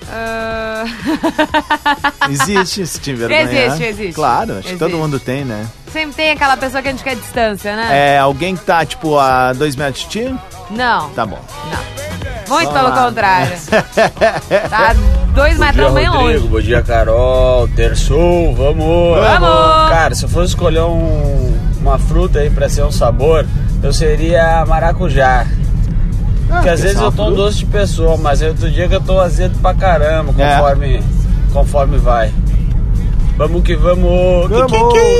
Speaker 2: Ah,
Speaker 1: Existe esse time vergonha. né?
Speaker 2: Existe, existe.
Speaker 1: Claro, acho que todo
Speaker 2: Existe.
Speaker 1: mundo tem, né?
Speaker 2: *laughs* sempre tem aquela pessoa que a gente quer distância, né?
Speaker 1: É, alguém que tá, tipo, a dois metros de ti?
Speaker 2: Não,
Speaker 1: Tá bom. Vamos
Speaker 2: muito pelo
Speaker 1: lá. *laughs*
Speaker 2: contrário. Tá dois
Speaker 15: Bom dia,
Speaker 2: metrão bem longe.
Speaker 15: Rodrigo. Bom dia, Carol. Terçou, vamos!
Speaker 2: Vamos!
Speaker 15: Cara, se eu fosse escolher um- uma fruta aí pra ser um sabor, eu seria maracujá.
Speaker 1: Ah,
Speaker 15: Porque às
Speaker 18: que
Speaker 15: vezes eu tô
Speaker 18: sapo.
Speaker 15: doce de pessoa, mas aí outro dia que eu tô azedo pra caramba,
Speaker 1: É.
Speaker 15: conforme, conforme vai. Vamos que vamos!
Speaker 1: Vamos!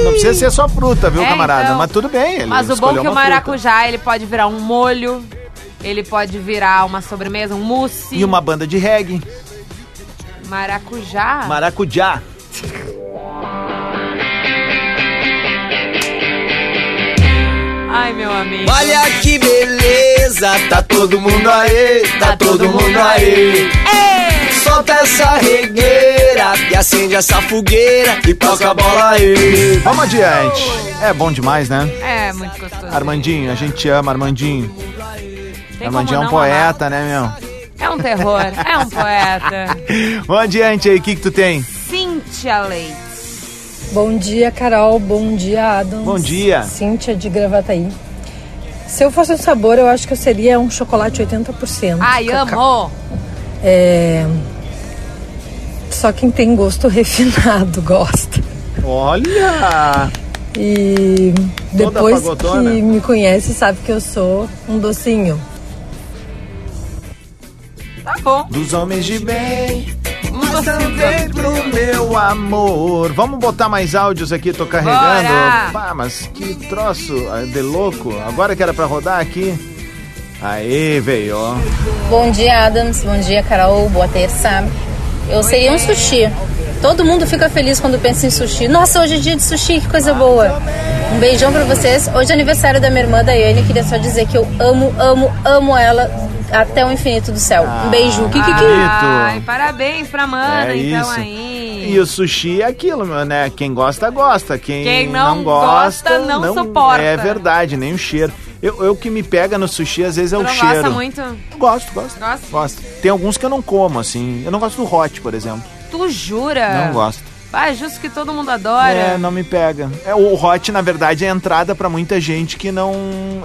Speaker 1: Não precisa ser só fruta, viu,
Speaker 2: É,
Speaker 1: camarada?
Speaker 2: então.
Speaker 1: Mas tudo bem, ele
Speaker 2: Mas o bom
Speaker 1: escolheu
Speaker 2: é que o
Speaker 1: uma fruta.
Speaker 2: maracujá, ele pode virar um molho, ele pode virar uma sobremesa, um mousse.
Speaker 1: E uma banda de reggae.
Speaker 2: Maracujá?
Speaker 1: Maracujá.
Speaker 2: Ai, meu amigo.
Speaker 5: Olha que beleza, tá todo mundo aí, tá todo mundo aí. É. Solta essa regueira e acende essa fogueira e toca a bola aí.
Speaker 1: Vamos adiante. É bom demais, né?
Speaker 2: É, muito gostoso.
Speaker 1: Armandinho, a gente te ama, Armandinho.
Speaker 2: Tem
Speaker 1: Armandinho é
Speaker 2: como
Speaker 1: um
Speaker 2: não amar.
Speaker 1: poeta, né,
Speaker 2: É um terror, é um poeta.
Speaker 1: *laughs* meu? Vamos adiante aí, o que, que tu tem?
Speaker 2: Cíntia Leite.
Speaker 18: Bom dia, Carol. Bom dia, Adam.
Speaker 1: Bom dia.
Speaker 18: Cíntia de Gravataí. Se eu fosse um sabor, eu acho que eu seria um chocolate 80%.
Speaker 2: Ai,
Speaker 18: amor. É... Só quem tem gosto *laughs* refinado gosta.
Speaker 1: Olha!
Speaker 18: E
Speaker 1: Toda
Speaker 18: depois
Speaker 1: pagotona.
Speaker 18: que me conhece, sabe que eu sou um docinho.
Speaker 2: Tá bom.
Speaker 1: Dos homens de bem.
Speaker 2: Mas
Speaker 1: também pro meu amor. Vamos botar mais áudios aqui, tô carregando.
Speaker 2: Bora!
Speaker 1: Pá, mas que troço ah, de louco. Agora que era pra rodar aqui. Aí, veio. ó.
Speaker 19: Bom dia, Adams. Bom dia, Carol. Boa terça. Eu seria um sushi. Todo mundo fica feliz quando pensa em sushi. Nossa, hoje é dia de sushi, que coisa boa. Um beijão pra vocês. Hoje é aniversário da minha irmã Daiane. Queria só dizer que eu amo, amo, amo ela até o infinito do céu. Um beijo. Que, que,
Speaker 2: Ah, Ai, parabéns pra mana,
Speaker 1: É
Speaker 2: então
Speaker 1: isso.
Speaker 2: aí.
Speaker 1: E o sushi é aquilo, meu, né? Quem gosta, gosta. Quem,
Speaker 2: Quem não
Speaker 1: gosta,
Speaker 2: gosta, não suporta.
Speaker 1: É verdade, nem o cheiro. Eu, eu que me pega no sushi, às vezes é
Speaker 2: Tu
Speaker 1: o
Speaker 2: não
Speaker 1: cheiro.
Speaker 2: gosta muito?
Speaker 1: Gosto, gosto.
Speaker 2: Gosta?
Speaker 1: Gosto. Tem alguns que eu não como, assim. Eu não gosto do hot, por exemplo.
Speaker 2: Tu jura?
Speaker 1: Não gosto.
Speaker 2: Ah, justo que todo mundo adora.
Speaker 1: É, não me pega. É, o hot, na verdade, é a entrada pra muita gente que não.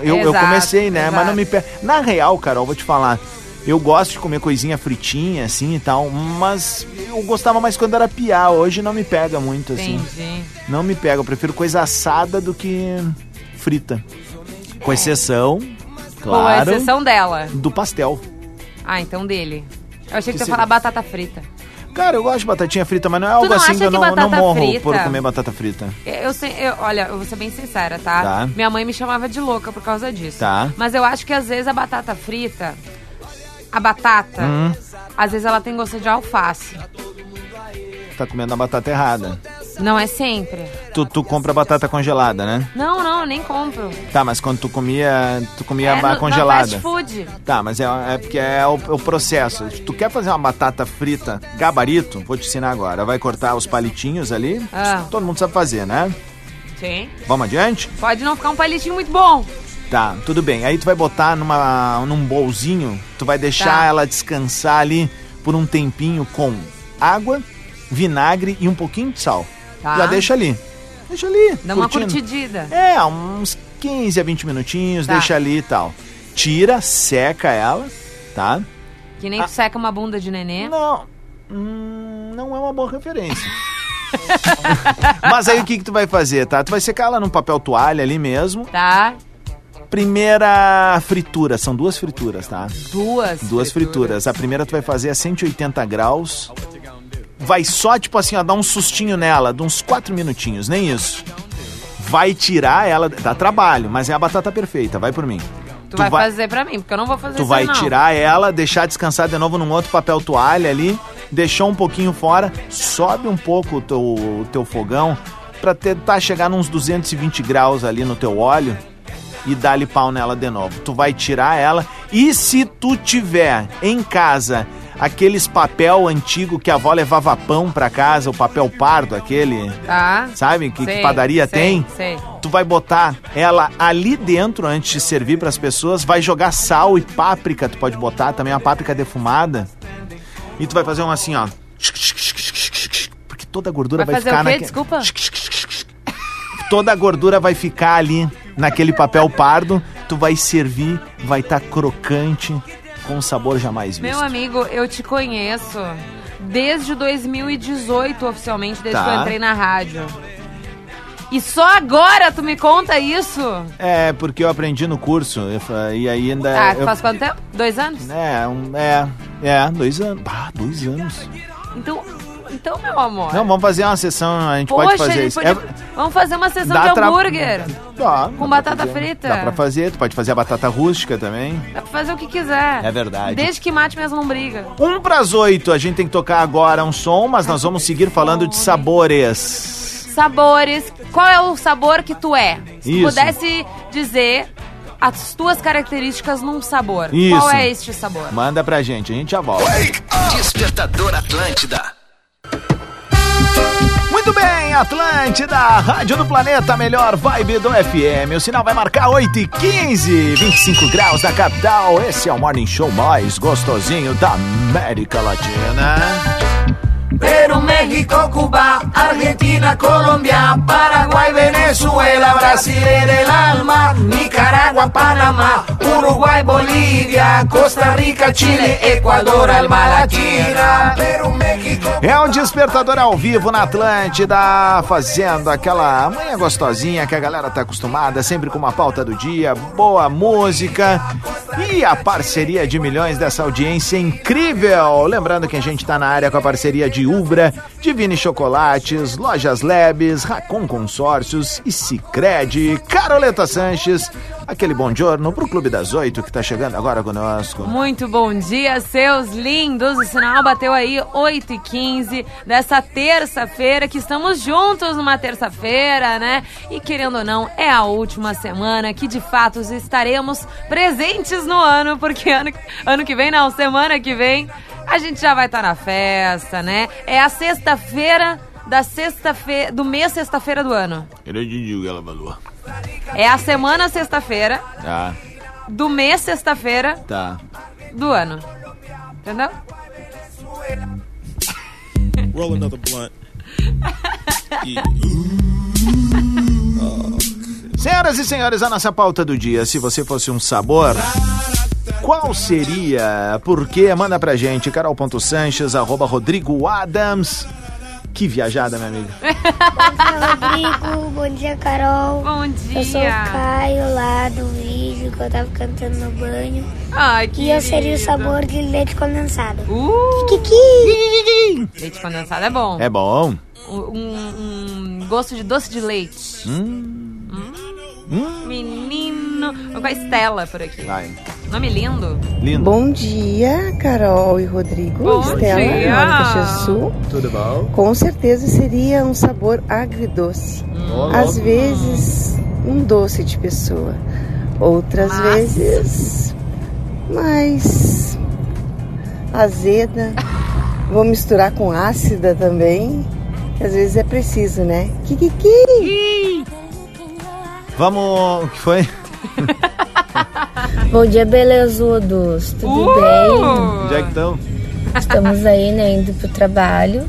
Speaker 1: Eu, eu
Speaker 2: Exato,
Speaker 1: comecei, né? Mas não
Speaker 2: exato.
Speaker 1: me pega. Na real, Carol, vou te falar. Eu gosto de comer coisinha fritinha, assim e tal, mas eu gostava mais quando era piá. Hoje não me pega muito, assim.
Speaker 2: Entendi.
Speaker 1: Não me pega. Eu prefiro coisa assada do que frita. Com exceção,
Speaker 2: Com a
Speaker 1: claro,
Speaker 2: exceção é. dela.
Speaker 1: do pastel.
Speaker 2: Ah, então dele. Eu achei que,
Speaker 1: Que
Speaker 2: tu ia
Speaker 1: seria?
Speaker 2: falar batata frita.
Speaker 1: Cara, eu gosto de batatinha frita, mas não é algo
Speaker 2: não
Speaker 1: assim
Speaker 2: acha
Speaker 1: que eu
Speaker 2: que
Speaker 1: não, não
Speaker 2: batata
Speaker 1: morro
Speaker 2: frita-
Speaker 1: por comer batata frita.
Speaker 2: Eu, eu sei- eu- olha, eu vou ser bem sincera, tá?
Speaker 1: Tá.
Speaker 2: Minha mãe me chamava de louca por causa disso.
Speaker 1: Tá.
Speaker 2: Mas eu acho que às vezes a batata frita, a batata,
Speaker 1: Hum.
Speaker 2: às vezes ela tem gosto de alface.
Speaker 1: Tá comendo a batata errada.
Speaker 2: Não é sempre.
Speaker 1: Tu, tu compra batata congelada, né?
Speaker 2: Não, não, eu nem compro.
Speaker 1: Tá, mas quando tu comia, tu comia
Speaker 2: É, no-
Speaker 1: ba-
Speaker 2: na
Speaker 1: congelada.
Speaker 2: fast food.
Speaker 1: Tá, mas é, é porque é o, é o processo. Se tu quer fazer uma batata frita gabarito, vou te ensinar agora. Vai cortar os palitinhos ali.
Speaker 2: Ah.
Speaker 1: Isso Todo mundo sabe fazer, né?
Speaker 2: Sim.
Speaker 1: Vamos adiante?
Speaker 2: Pode não ficar um palitinho muito bom.
Speaker 1: Tá, tudo bem. Aí tu vai botar numa, num bolzinho, tu vai deixar
Speaker 2: Tá.
Speaker 1: ela descansar ali por um tempinho com água, vinagre e um pouquinho de sal.
Speaker 2: Tá.
Speaker 1: Já deixa ali. Deixa ali.
Speaker 2: Dá uma
Speaker 1: curtindo.
Speaker 2: curtidida.
Speaker 1: É, uns 15 a 20 minutinhos,
Speaker 2: Tá.
Speaker 1: deixa ali e tal. Tira, seca ela, tá?
Speaker 2: Que nem tu seca uma bunda de nenê.
Speaker 1: Não. não é uma boa referência. Mas aí o que, que tu vai fazer, tá? Tu vai secar ela num papel toalha ali mesmo.
Speaker 2: Tá.
Speaker 1: Primeira fritura, são duas frituras, tá?
Speaker 2: Duas.
Speaker 1: Duas frituras. A primeira tu vai fazer a 180 graus. Vai só, tipo assim, ó, dar um sustinho nela, de uns 4 minutinhos, nem isso. Vai tirar ela, dá trabalho, mas é a batata perfeita, vai por mim.
Speaker 2: Tu, vai, fazer pra mim, porque eu não vou fazer
Speaker 1: Tu
Speaker 2: isso
Speaker 1: vai
Speaker 2: não.
Speaker 1: tirar ela, deixar descansar de novo num outro papel toalha ali, deixou um pouquinho fora, sobe um pouco o teu, o teu fogão pra tentar chegar nos 220 graus ali no teu óleo e dá-lhe pau nela de novo. Tu vai tirar ela e se tu tiver em casa aqueles papel antigo que a avó levava pão pra casa, o papel pardo aquele,
Speaker 2: Tá.
Speaker 1: sabe, que, que
Speaker 2: Sei,
Speaker 1: padaria
Speaker 2: sei,
Speaker 1: tem?
Speaker 2: Sei.
Speaker 1: Tu vai botar ela ali dentro antes de servir para as pessoas, vai jogar sal e páprica, tu pode botar também uma páprica defumada. E tu vai fazer uma assim, ó. Porque toda a gordura
Speaker 2: Vai,
Speaker 1: vai,
Speaker 2: fazer
Speaker 1: ficar
Speaker 2: o quê?
Speaker 1: naque-
Speaker 2: Desculpa.
Speaker 1: toda a gordura vai ficar ali naquele papel pardo, tu vai servir, vai estar crocante com um sabor jamais visto.
Speaker 2: Meu amigo, eu te conheço desde 2018, oficialmente, desde
Speaker 1: Tá.
Speaker 2: que eu entrei na rádio. E só agora tu me conta isso?
Speaker 1: É, porque eu aprendi no curso eu fa- e aí ainda
Speaker 2: ah,
Speaker 1: É, eu-
Speaker 2: faz quanto tempo? Dois anos?
Speaker 1: é, um- é, é, dois anos. Bah, dois anos.
Speaker 2: Então, então meu amor.
Speaker 1: Não, vamos fazer uma sessão, a gente
Speaker 2: Poxa,
Speaker 1: pode fazer
Speaker 2: ele
Speaker 1: isso.
Speaker 2: podia-
Speaker 1: É-
Speaker 2: Vamos fazer uma sessão
Speaker 1: Dá
Speaker 2: de
Speaker 1: tra-
Speaker 2: hambúrguer.
Speaker 1: Dá,
Speaker 2: com
Speaker 1: dá
Speaker 2: batata
Speaker 1: pra fazer. né?
Speaker 2: frita.
Speaker 1: Dá pra fazer, tu pode fazer a batata rústica também.
Speaker 2: Dá pra fazer o que quiser.
Speaker 1: É verdade.
Speaker 2: Desde que mate minhas lombrigas.
Speaker 1: Um pras oito, a gente tem que tocar agora um som, mas nós vamos seguir falando de sabores.
Speaker 2: Sabores. Qual é o sabor que tu é? Se
Speaker 1: Isso.
Speaker 2: tu pudesse dizer as tuas características num sabor.
Speaker 1: Isso.
Speaker 2: Qual é este sabor?
Speaker 1: Manda pra gente, a gente já volta.
Speaker 4: Despertador Atlântida.
Speaker 1: Muito bem, Atlântida, Rádio do Planeta, melhor vibe do FM. O sinal vai marcar 8 e 15, 25 graus da capital. Esse é o morning show mais gostosinho da América Latina.
Speaker 3: Peru, México, Cuba, Argentina, Colombia, Paraguay, Venezuela, Brasil en el alma, Nicaragua, Panamá, Uruguay, Bolivia, Costa Rica, Chile, Equador, Alma Latina, Peru, México.
Speaker 1: É o despertador ao vivo na Atlântida, fazendo aquela manhã gostosinha que a galera tá acostumada, sempre com uma pauta do dia, boa música e a parceria de milhões dessa audiência incrível. Lembrando que a gente tá na área com a parceria de Ubra, Divine Chocolates, Lojas Labs, Racon Consórcios e Sicredi. Caroleta Sanches, aquele bom giorno pro Clube das Oito que tá chegando agora conosco.
Speaker 2: Muito bom dia, seus lindos. O sinal bateu aí 8 e 15 dessa terça-feira, que estamos juntos numa terça-feira, né? E querendo ou não, é a última semana que de fato estaremos presentes no ano, porque ano, ano que vem, não, semana que vem, a gente já vai estar na festa, né? É a sexta-feira da sexta-feira do mês sexta-feira do ano.
Speaker 1: Era de Digo, ela valor.
Speaker 2: É a semana sexta-feira
Speaker 1: Tá,
Speaker 2: do mês sexta-feira
Speaker 1: tá.
Speaker 2: do ano. Entendeu?
Speaker 20: Roll another blunt. Yeah.
Speaker 1: Senhoras e senhores, a nossa pauta do dia, se você fosse um sabor, qual seria? Por quê? Manda pra gente, carol.sanches, arroba Rodrigo Adams. Que viajada, minha amiga.
Speaker 10: Rodrigo, bom dia, Carol. Bom dia. Eu sou o Caio lá do vídeo que eu tava cantando no banho.
Speaker 2: Ai,
Speaker 10: E eu seria o sabor de leite condensado.
Speaker 2: Uh!
Speaker 10: Kikiki!
Speaker 2: Leite condensado é bom.
Speaker 1: É bom.
Speaker 2: Um, um- um gosto de doce de leite.
Speaker 1: Hum.
Speaker 2: Hum. Menino. Vou com a Estela por aqui.
Speaker 1: Vai.
Speaker 2: Nome lindo.
Speaker 21: Bom dia, Carol e Rodrigo.
Speaker 2: Bom
Speaker 21: Estela,
Speaker 2: dia.
Speaker 21: Nova Caxias do Sul.
Speaker 3: Tudo bom?
Speaker 21: Com certeza seria um sabor agridoce.
Speaker 3: Ó,
Speaker 21: Às
Speaker 3: louco.
Speaker 21: vezes, um doce de pessoa. Outras vezes, mais azeda. Vou misturar com ácida também. Às vezes é preciso, né? Kikiki!
Speaker 1: Vamos. O que foi?
Speaker 10: Bom dia, belezudos. Tudo
Speaker 1: Uh! Onde é que *laughs* estão?
Speaker 10: bem? Estamos aí, né, indo pro trabalho.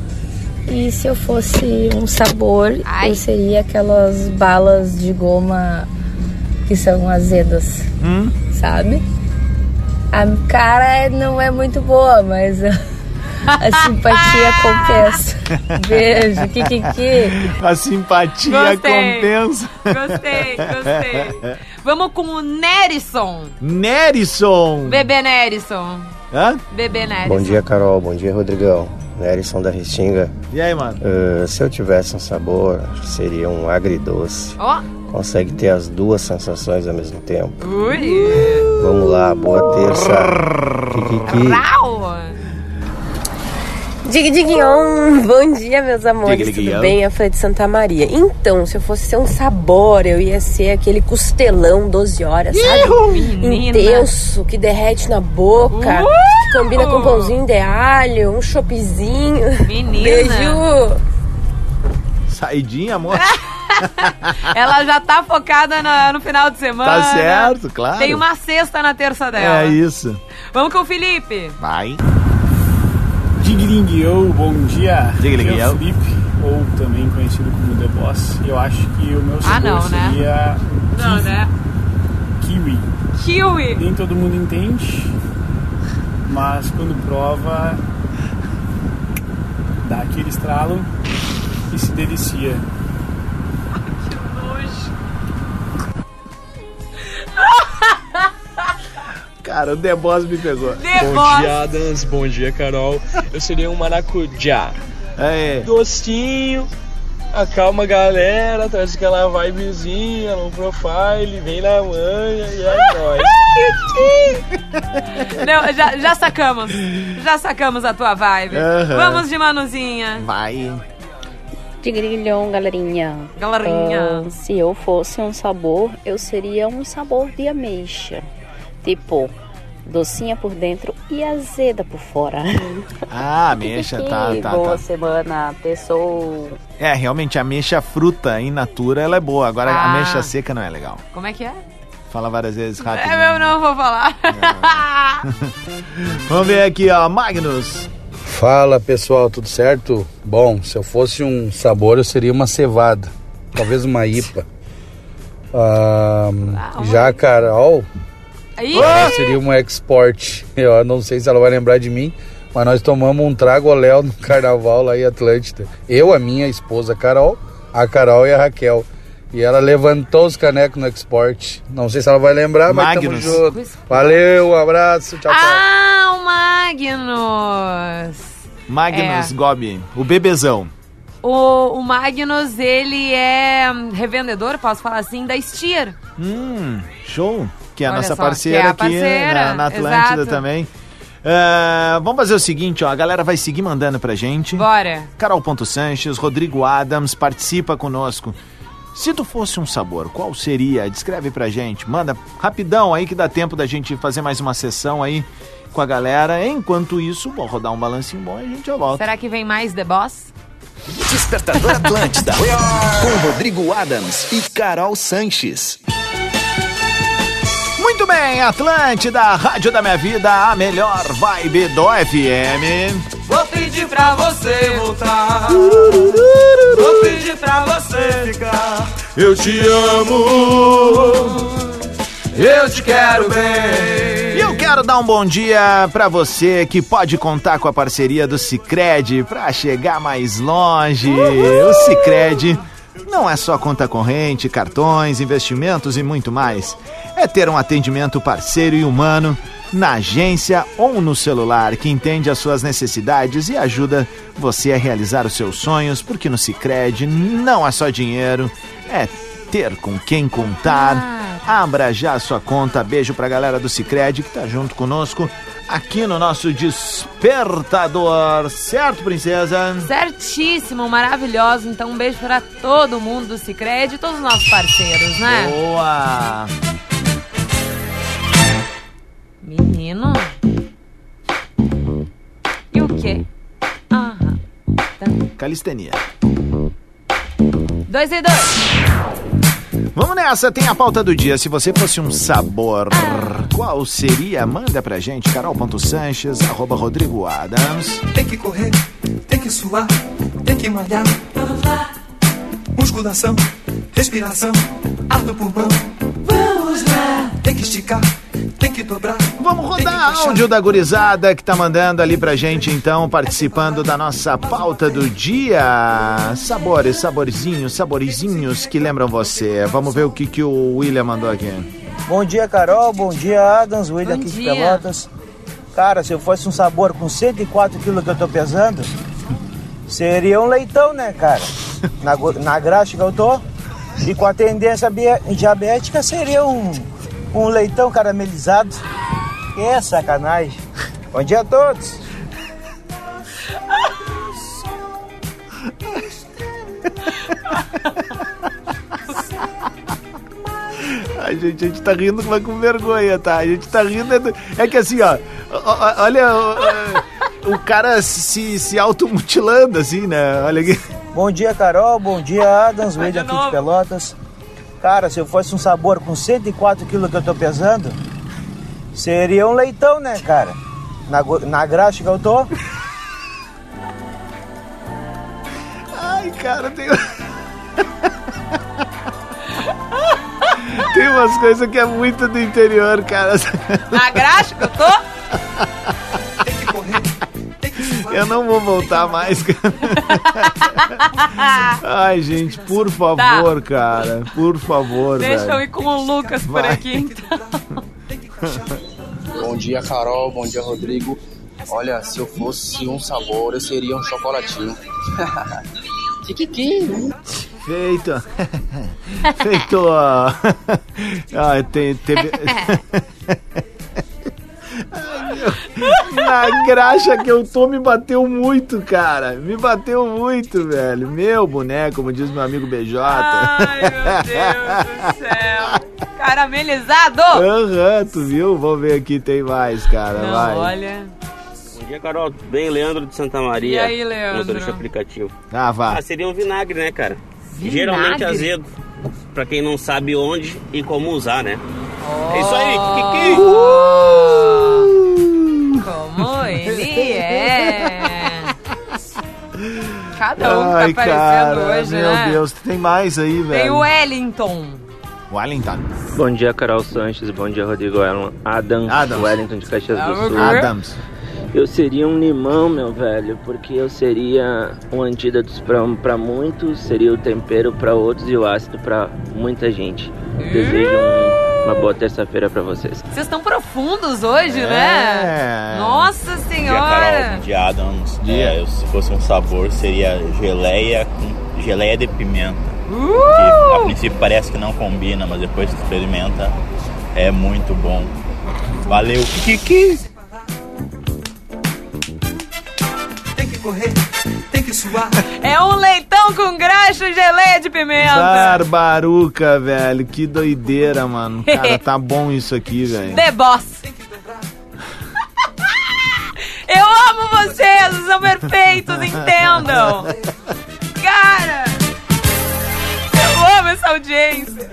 Speaker 10: E se eu fosse um sabor, eu seria aquelas balas de goma que são azedas, sabe? A cara não é muito boa, mas *laughs* a, a simpatia compensa. Beijo, kikiki.
Speaker 1: A simpatia
Speaker 2: Gostei.
Speaker 1: compensa. *laughs*
Speaker 2: Gostei, gostei. Vamos com o Nerison.
Speaker 1: Nerison.
Speaker 2: Bebê Nerison.
Speaker 1: Hã?
Speaker 2: Bebê Nerison.
Speaker 22: Bom dia, Carol. Bom dia, Rodrigão. Nerison da Restinga.
Speaker 1: E aí, mano?
Speaker 22: Eh, se eu tivesse um sabor, acho que seria um agridoce.
Speaker 2: Ó.
Speaker 22: Consegue ter as duas sensações ao mesmo tempo.
Speaker 2: Ui.
Speaker 22: Vamos lá, boa terça. Kikiki.
Speaker 2: Rau.
Speaker 23: Dig Diguion, bom dia, meus amores.
Speaker 22: Dig, dig,
Speaker 23: Tudo
Speaker 22: on.
Speaker 23: bem? A Fran de Santa Maria. Então, se eu fosse ser um sabor, eu ia ser aquele costelão 12 horas, sabe?
Speaker 10: Um
Speaker 23: Intenso, que derrete na boca,
Speaker 2: Uh!
Speaker 23: que combina com pãozinho de alho, um chopezinho.
Speaker 2: Menina.
Speaker 23: Beijo!
Speaker 1: Saidinha, amor.
Speaker 2: Ela já tá focada na- no final de semana.
Speaker 1: Tá certo, claro.
Speaker 2: Tem uma sexta na terça dela.
Speaker 1: É isso.
Speaker 2: Vamos com o Felipe.
Speaker 1: Vai.
Speaker 24: Diglingueu, bom dia.
Speaker 1: Diglingueu.
Speaker 24: Aqui é o Felipe, ou também conhecido como The Boss. Eu acho que o meu sabor
Speaker 2: Ah, não, né?
Speaker 24: seria
Speaker 2: Não, né?
Speaker 24: kiwi.
Speaker 2: Kiwi.
Speaker 24: Nem todo mundo entende, mas quando prova, dá aquele estralo e se delicia.
Speaker 1: Cara, o The Boss me pegou.
Speaker 25: Bom dia, Adams. Bom dia, Carol. Eu seria um maracujá. Docinho. Acalma a galera, traz aquela vibezinha, low profile, vem na manha e é nóis.
Speaker 2: Não, já, já sacamos. Já sacamos a tua vibe.
Speaker 25: Aham.
Speaker 2: Vamos de Manuzinha.
Speaker 1: Vai.
Speaker 26: Tigrilhão, galerinha.
Speaker 2: Galerinha.
Speaker 26: Ah, se eu fosse um sabor, eu seria um sabor de ameixa. Tipo, docinha por dentro e azeda por fora.
Speaker 1: Ah, ameixa, tá,
Speaker 26: E
Speaker 1: tá,
Speaker 26: boa
Speaker 1: tá.
Speaker 26: semana, pessoal.
Speaker 1: É, realmente, a ameixa fruta in natura, ela é boa. Agora, a
Speaker 2: Ah.
Speaker 1: ameixa seca não é legal.
Speaker 2: Como é que é?
Speaker 1: Fala várias vezes rápido.
Speaker 2: É meu, não vou falar.
Speaker 1: Vamos ver aqui, ó. Magnus.
Speaker 27: Fala pessoal, tudo certo? Bom, se eu fosse um sabor, eu seria uma cevada, talvez uma
Speaker 2: *laughs*
Speaker 27: IPA. Ah, já a Carol
Speaker 2: Aí,
Speaker 27: ela seria uma export. *laughs* Eu não sei se ela vai lembrar de mim, mas nós tomamos um trago ao Léo no *laughs* carnaval lá em Atlântida. Eu, a minha esposa Carol, a Carol e a Raquel. E ela levantou os canecos no export. Não sei se ela vai lembrar,
Speaker 2: Magnus.
Speaker 27: mas tamo junto. Valeu, um abraço, tchau, tchau.
Speaker 2: Ah, o Magnus!
Speaker 1: Magnus
Speaker 2: É.
Speaker 1: Gobi, o bebezão.
Speaker 2: O, o Magnus, ele é hum, revendedor, posso falar assim, da Steer.
Speaker 1: Hum, show. Que é a
Speaker 2: Olha
Speaker 1: nossa
Speaker 2: só,
Speaker 1: parceira
Speaker 2: que é a
Speaker 1: aqui
Speaker 2: parceira,
Speaker 1: na, na Atlântida
Speaker 2: exato.
Speaker 1: também. Ah, vamos fazer o seguinte, ó, a galera vai seguir mandando pra gente.
Speaker 2: Bora.
Speaker 1: Carol.Sanches, Rodrigo Adams, participa conosco. Se tu fosse um sabor, qual seria? Descreve pra gente, manda rapidão aí que dá tempo da gente fazer mais uma sessão aí com a galera. Enquanto isso, vou rodar um balancinho bom e a gente já volta.
Speaker 2: Será que vem mais The Boss?
Speaker 4: Despertador Atlântida. com Rodrigo Adams e Carol Sanches.
Speaker 1: Muito bem, Atlântida, Rádio da Minha Vida, a melhor vibe do FM.
Speaker 3: Vou pedir pra você voltar.
Speaker 1: Uh,
Speaker 3: Vou pedir pra você ficar.
Speaker 1: Eu te amo.
Speaker 3: Eu te quero bem.
Speaker 1: E eu quero dar um bom dia pra você que pode contar com a parceria do Cicred pra chegar mais longe. O Cicred não é só conta corrente, cartões, investimentos e muito mais. É ter um atendimento parceiro e humano na agência ou no celular que entende as suas necessidades e ajuda você a realizar os seus sonhos, porque no Cicred não é só dinheiro, é ter com quem contar.
Speaker 3: Ah.
Speaker 1: Abra já a sua conta. Beijo pra galera do Cicred que tá junto conosco aqui no nosso despertador. Certo, princesa?
Speaker 2: Certíssimo, maravilhoso. Então, um beijo pra todo mundo do Cicred e todos os nossos parceiros, né?
Speaker 1: Boa!
Speaker 2: Menino. E o quê? Ah, Aham.
Speaker 1: Calistenia.
Speaker 2: Dois e dois.
Speaker 1: Vamos nessa, tem a pauta do dia. Se você fosse um sabor, qual seria? Manda pra gente, carol.sanches, arroba Rodrigo Adams.
Speaker 3: Tem que correr, tem que suar, tem que malhar. Musculação, respiração, ar no pulmão. Vamos lá. Tem que esticar, tem que dobrar.
Speaker 1: Vamos rodar. Áudio um da gurizada que tá mandando ali pra gente, então, participando da nossa pauta do dia. Sabores, saborzinhos, saborizinhos que lembram você. Vamos ver o que, que o William mandou aqui.
Speaker 28: Bom dia, Carol. Bom dia, Adams. William aqui de
Speaker 2: dia.
Speaker 28: Pelotas. Cara, se eu fosse um sabor com 104 quilos que eu tô pesando, seria um leitão, né, cara? Na, go- na graxa que eu tô. E com a tendência bia- diabética, seria um, um leitão caramelizado. Que é sacanagem. Bom dia a todos.
Speaker 1: A gente, a gente tá rindo mas com vergonha, tá? A gente tá rindo. é do- É que assim, ó. ó, ó, Olha. ó, ó, O cara se, se automutilando, assim, né? Olha aqui.
Speaker 28: Bom dia, Carol. Bom dia, Adams. William aqui de Pelotas. Cara, se eu fosse um sabor com 104 quilos que eu tô pesando, seria um leitão, né, cara? Na, go- na graxa que eu tô.
Speaker 1: Ai, cara, tem. Tem umas coisas que é muito do interior, cara.
Speaker 2: Na graxa que eu
Speaker 1: *laughs*
Speaker 2: tô?
Speaker 1: Eu não vou voltar mais, cara. Ai, gente, por favor, cara. Por favor,
Speaker 2: Deixa eu
Speaker 1: velho.
Speaker 2: ir com o Lucas por
Speaker 1: Vai.
Speaker 2: aqui, *laughs* então.
Speaker 8: Bom dia, Carol. Bom dia, Rodrigo. Olha, se eu fosse um sabor, eu seria um chocolatinho. *laughs*
Speaker 1: Feito. *laughs* Feito. *laughs* Ah, tem, teve... *laughs* Ai, meu. Na graxa que eu tô, me bateu muito, cara. Me bateu muito, velho. Meu boneco, como diz meu amigo BJ.
Speaker 2: Ai, meu Deus do céu.
Speaker 1: *laughs*
Speaker 2: Caramelizado!
Speaker 1: Aham, tu viu? Vamos ver aqui, tem mais, cara.
Speaker 2: Não,
Speaker 1: vai.
Speaker 2: olha.
Speaker 29: Bom dia, Carol. Tudo bem? Leandro de Santa Maria.
Speaker 2: E aí, Leandro?
Speaker 29: Motorista de aplicativo.
Speaker 1: Ah, vá.
Speaker 29: Ah, seria um vinagre, né, cara? Vinagre? Geralmente azedo. Pra quem não sabe onde e como usar, né? É isso aí, Kiki!
Speaker 1: *laughs*
Speaker 2: Como ele é. Cada um
Speaker 1: Ai,
Speaker 2: tá
Speaker 1: cara,
Speaker 2: aparecendo hoje,
Speaker 1: meu
Speaker 2: né?
Speaker 1: Deus, tem mais aí, velho.
Speaker 2: Tem o Wellington.
Speaker 1: Wellington.
Speaker 30: Bom dia, Carol Sanches. Bom dia, Rodrigo Alan. Adams, Wellington de Caxias do Sul.
Speaker 1: Adams.
Speaker 30: Eu seria um limão, meu velho, porque eu seria um antídoto pra, pra muitos, seria o tempero pra outros e o ácido pra muita gente. Desejo um- uma boa terça-feira pra vocês.
Speaker 2: Vocês estão profundos hoje,
Speaker 1: É.
Speaker 2: né? Nossa
Speaker 11: Bom dia, Carol.
Speaker 2: Senhora!
Speaker 11: Bom dia, Adams. É, eu, se fosse um sabor, seria geleia com geleia de pimenta.
Speaker 2: Uh!
Speaker 11: Que a princípio parece que não combina, mas depois que experimenta, é muito bom. Valeu, Kiki!
Speaker 3: Tem que correr, tem que suar.
Speaker 2: É um leitão com graxa e geleia de pimenta.
Speaker 1: Barbaruca, velho. Que doideira, mano. Cara, tá bom isso aqui, velho.
Speaker 2: The Boss. *laughs* Eu amo vocês, vocês são
Speaker 4: *laughs*
Speaker 2: perfeitos, entendam. Cara, eu amo essa audiência.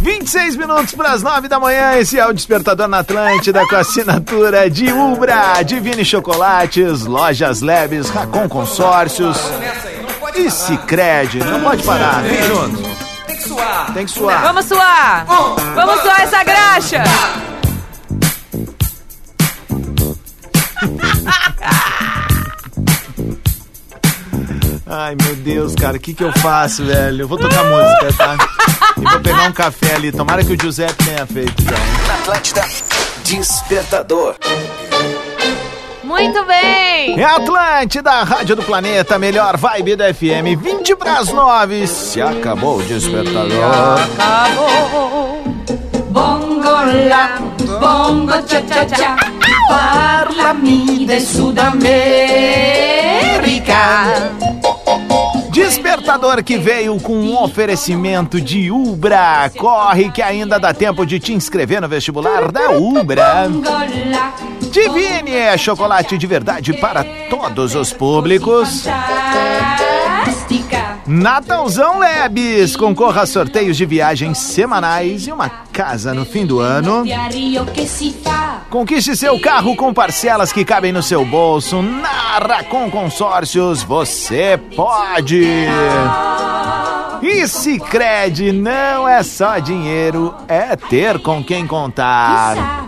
Speaker 1: 26 minutos para as 9 da manhã, esse é o Despertador na Atlântida com assinatura de Ubra, Divine Chocolates, Lojas Leves, Racon Consórcios e Cicred. Não pode parar, né? vem junto.
Speaker 3: Tem que suar. Oh.
Speaker 1: Tem que suar.
Speaker 2: Vamos suar. Vamos suar essa graxa.
Speaker 1: Ai, meu Deus, cara, o que que eu faço, velho? Eu vou tocar música, tá? E vou pegar um café ali, tomara que o Giuseppe tenha feito já.
Speaker 4: Atlântida Despertador.
Speaker 2: Muito bem.
Speaker 1: É a Atlântida, a Rádio do Planeta, melhor vibe da FM, 20 pras 9. Se acabou o despertador.
Speaker 2: Acabou. Bongo lá, bongo cha cha cha.
Speaker 3: Parlami de Sudamérica.
Speaker 1: Despertador que veio com um oferecimento de Ubra. Corre que ainda dá tempo de te inscrever no vestibular da Ubra. Divine é chocolate de verdade para todos os públicos. Natalzão Lebes, concorra a sorteios de viagens semanais e uma casa no fim do ano.
Speaker 3: Diario que se
Speaker 2: tá.
Speaker 3: fa.
Speaker 1: Conquiste seu carro com parcelas que cabem no seu bolso. Na Racon Consórcios você pode. E Cicred não é só dinheiro, é ter com quem contar.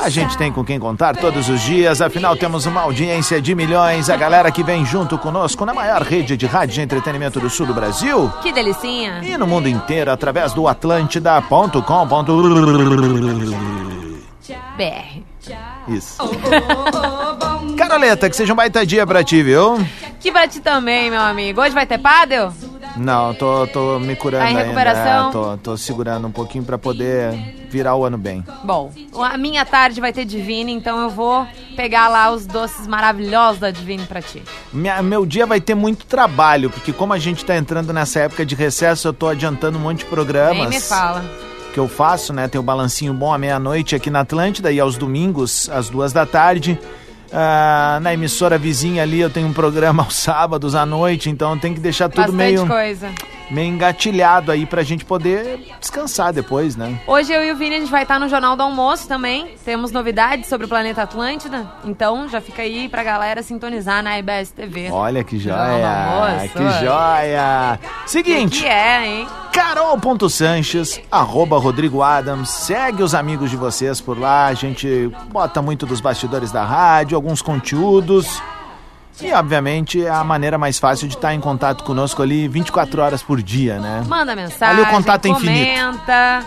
Speaker 1: A gente tem com quem contar todos os dias, afinal temos uma audiência de milhões, a galera que vem junto conosco na maior rede de rádio de entretenimento do sul do Brasil
Speaker 2: Que delicinha.
Speaker 1: e no mundo inteiro através do atlântida.com.br.
Speaker 2: BR.
Speaker 1: Isso. Caroleta, que seja um baita dia pra ti, viu?
Speaker 2: Que pra ti também, meu amigo. Hoje vai ter pádel?
Speaker 1: Não, tô, tô me curando
Speaker 2: Tá em
Speaker 1: ainda.
Speaker 2: recuperação?
Speaker 1: é, tô, tô segurando um pouquinho pra poder virar o ano bem.
Speaker 2: Bom, a minha tarde vai ter Divine, então eu vou pegar lá os doces maravilhosos da Divine pra ti.
Speaker 1: Minha- meu dia vai ter muito trabalho, porque como a gente tá entrando nessa época de recesso, eu tô adiantando um monte de programas.
Speaker 2: Nem me fala.
Speaker 1: que eu faço, né? Tem o Balancinho Bom à meia-noite aqui na Atlântida e aos domingos, às duas da tarde. Ah, na emissora vizinha ali eu tenho um programa *laughs* aos sábados à noite, então tem que deixar tudo
Speaker 2: Bastante
Speaker 1: meio,
Speaker 2: coisa.
Speaker 1: meio engatilhado aí pra gente poder descansar depois, né?
Speaker 2: Hoje eu e o Vini a gente vai estar no Jornal do Almoço também. Temos novidades sobre o planeta Atlântida. Então já fica aí pra galera sintonizar na IBS TV.
Speaker 1: Olha que
Speaker 2: Jornal
Speaker 1: joia!
Speaker 2: do Almoço.
Speaker 1: Que joia! Seguinte.
Speaker 2: Que é, hein?
Speaker 1: Carol.Sanches, arroba Rodrigo Adams, segue os amigos de vocês por lá, a gente bota muito dos bastidores da rádio, alguns conteúdos. E, obviamente, é a maneira mais fácil de estar em contato conosco ali 24 horas por dia, né?
Speaker 2: Manda mensagem.
Speaker 1: Ali o contato é infinito.
Speaker 2: comenta,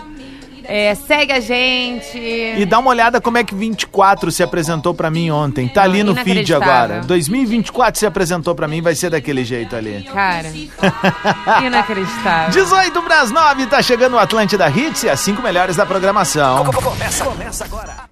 Speaker 2: é, segue a gente.
Speaker 1: E dá uma olhada como é que 24 se apresentou pra mim ontem. Tá ali no feed
Speaker 2: Inacreditável.
Speaker 1: agora. 2024 se apresentou pra mim, vai ser daquele jeito ali.
Speaker 2: Cara, inacreditável. *laughs*
Speaker 1: 18 pras 9, tá chegando o Atlântida Hits e as 5 melhores da programação.
Speaker 4: Começa, começa agora.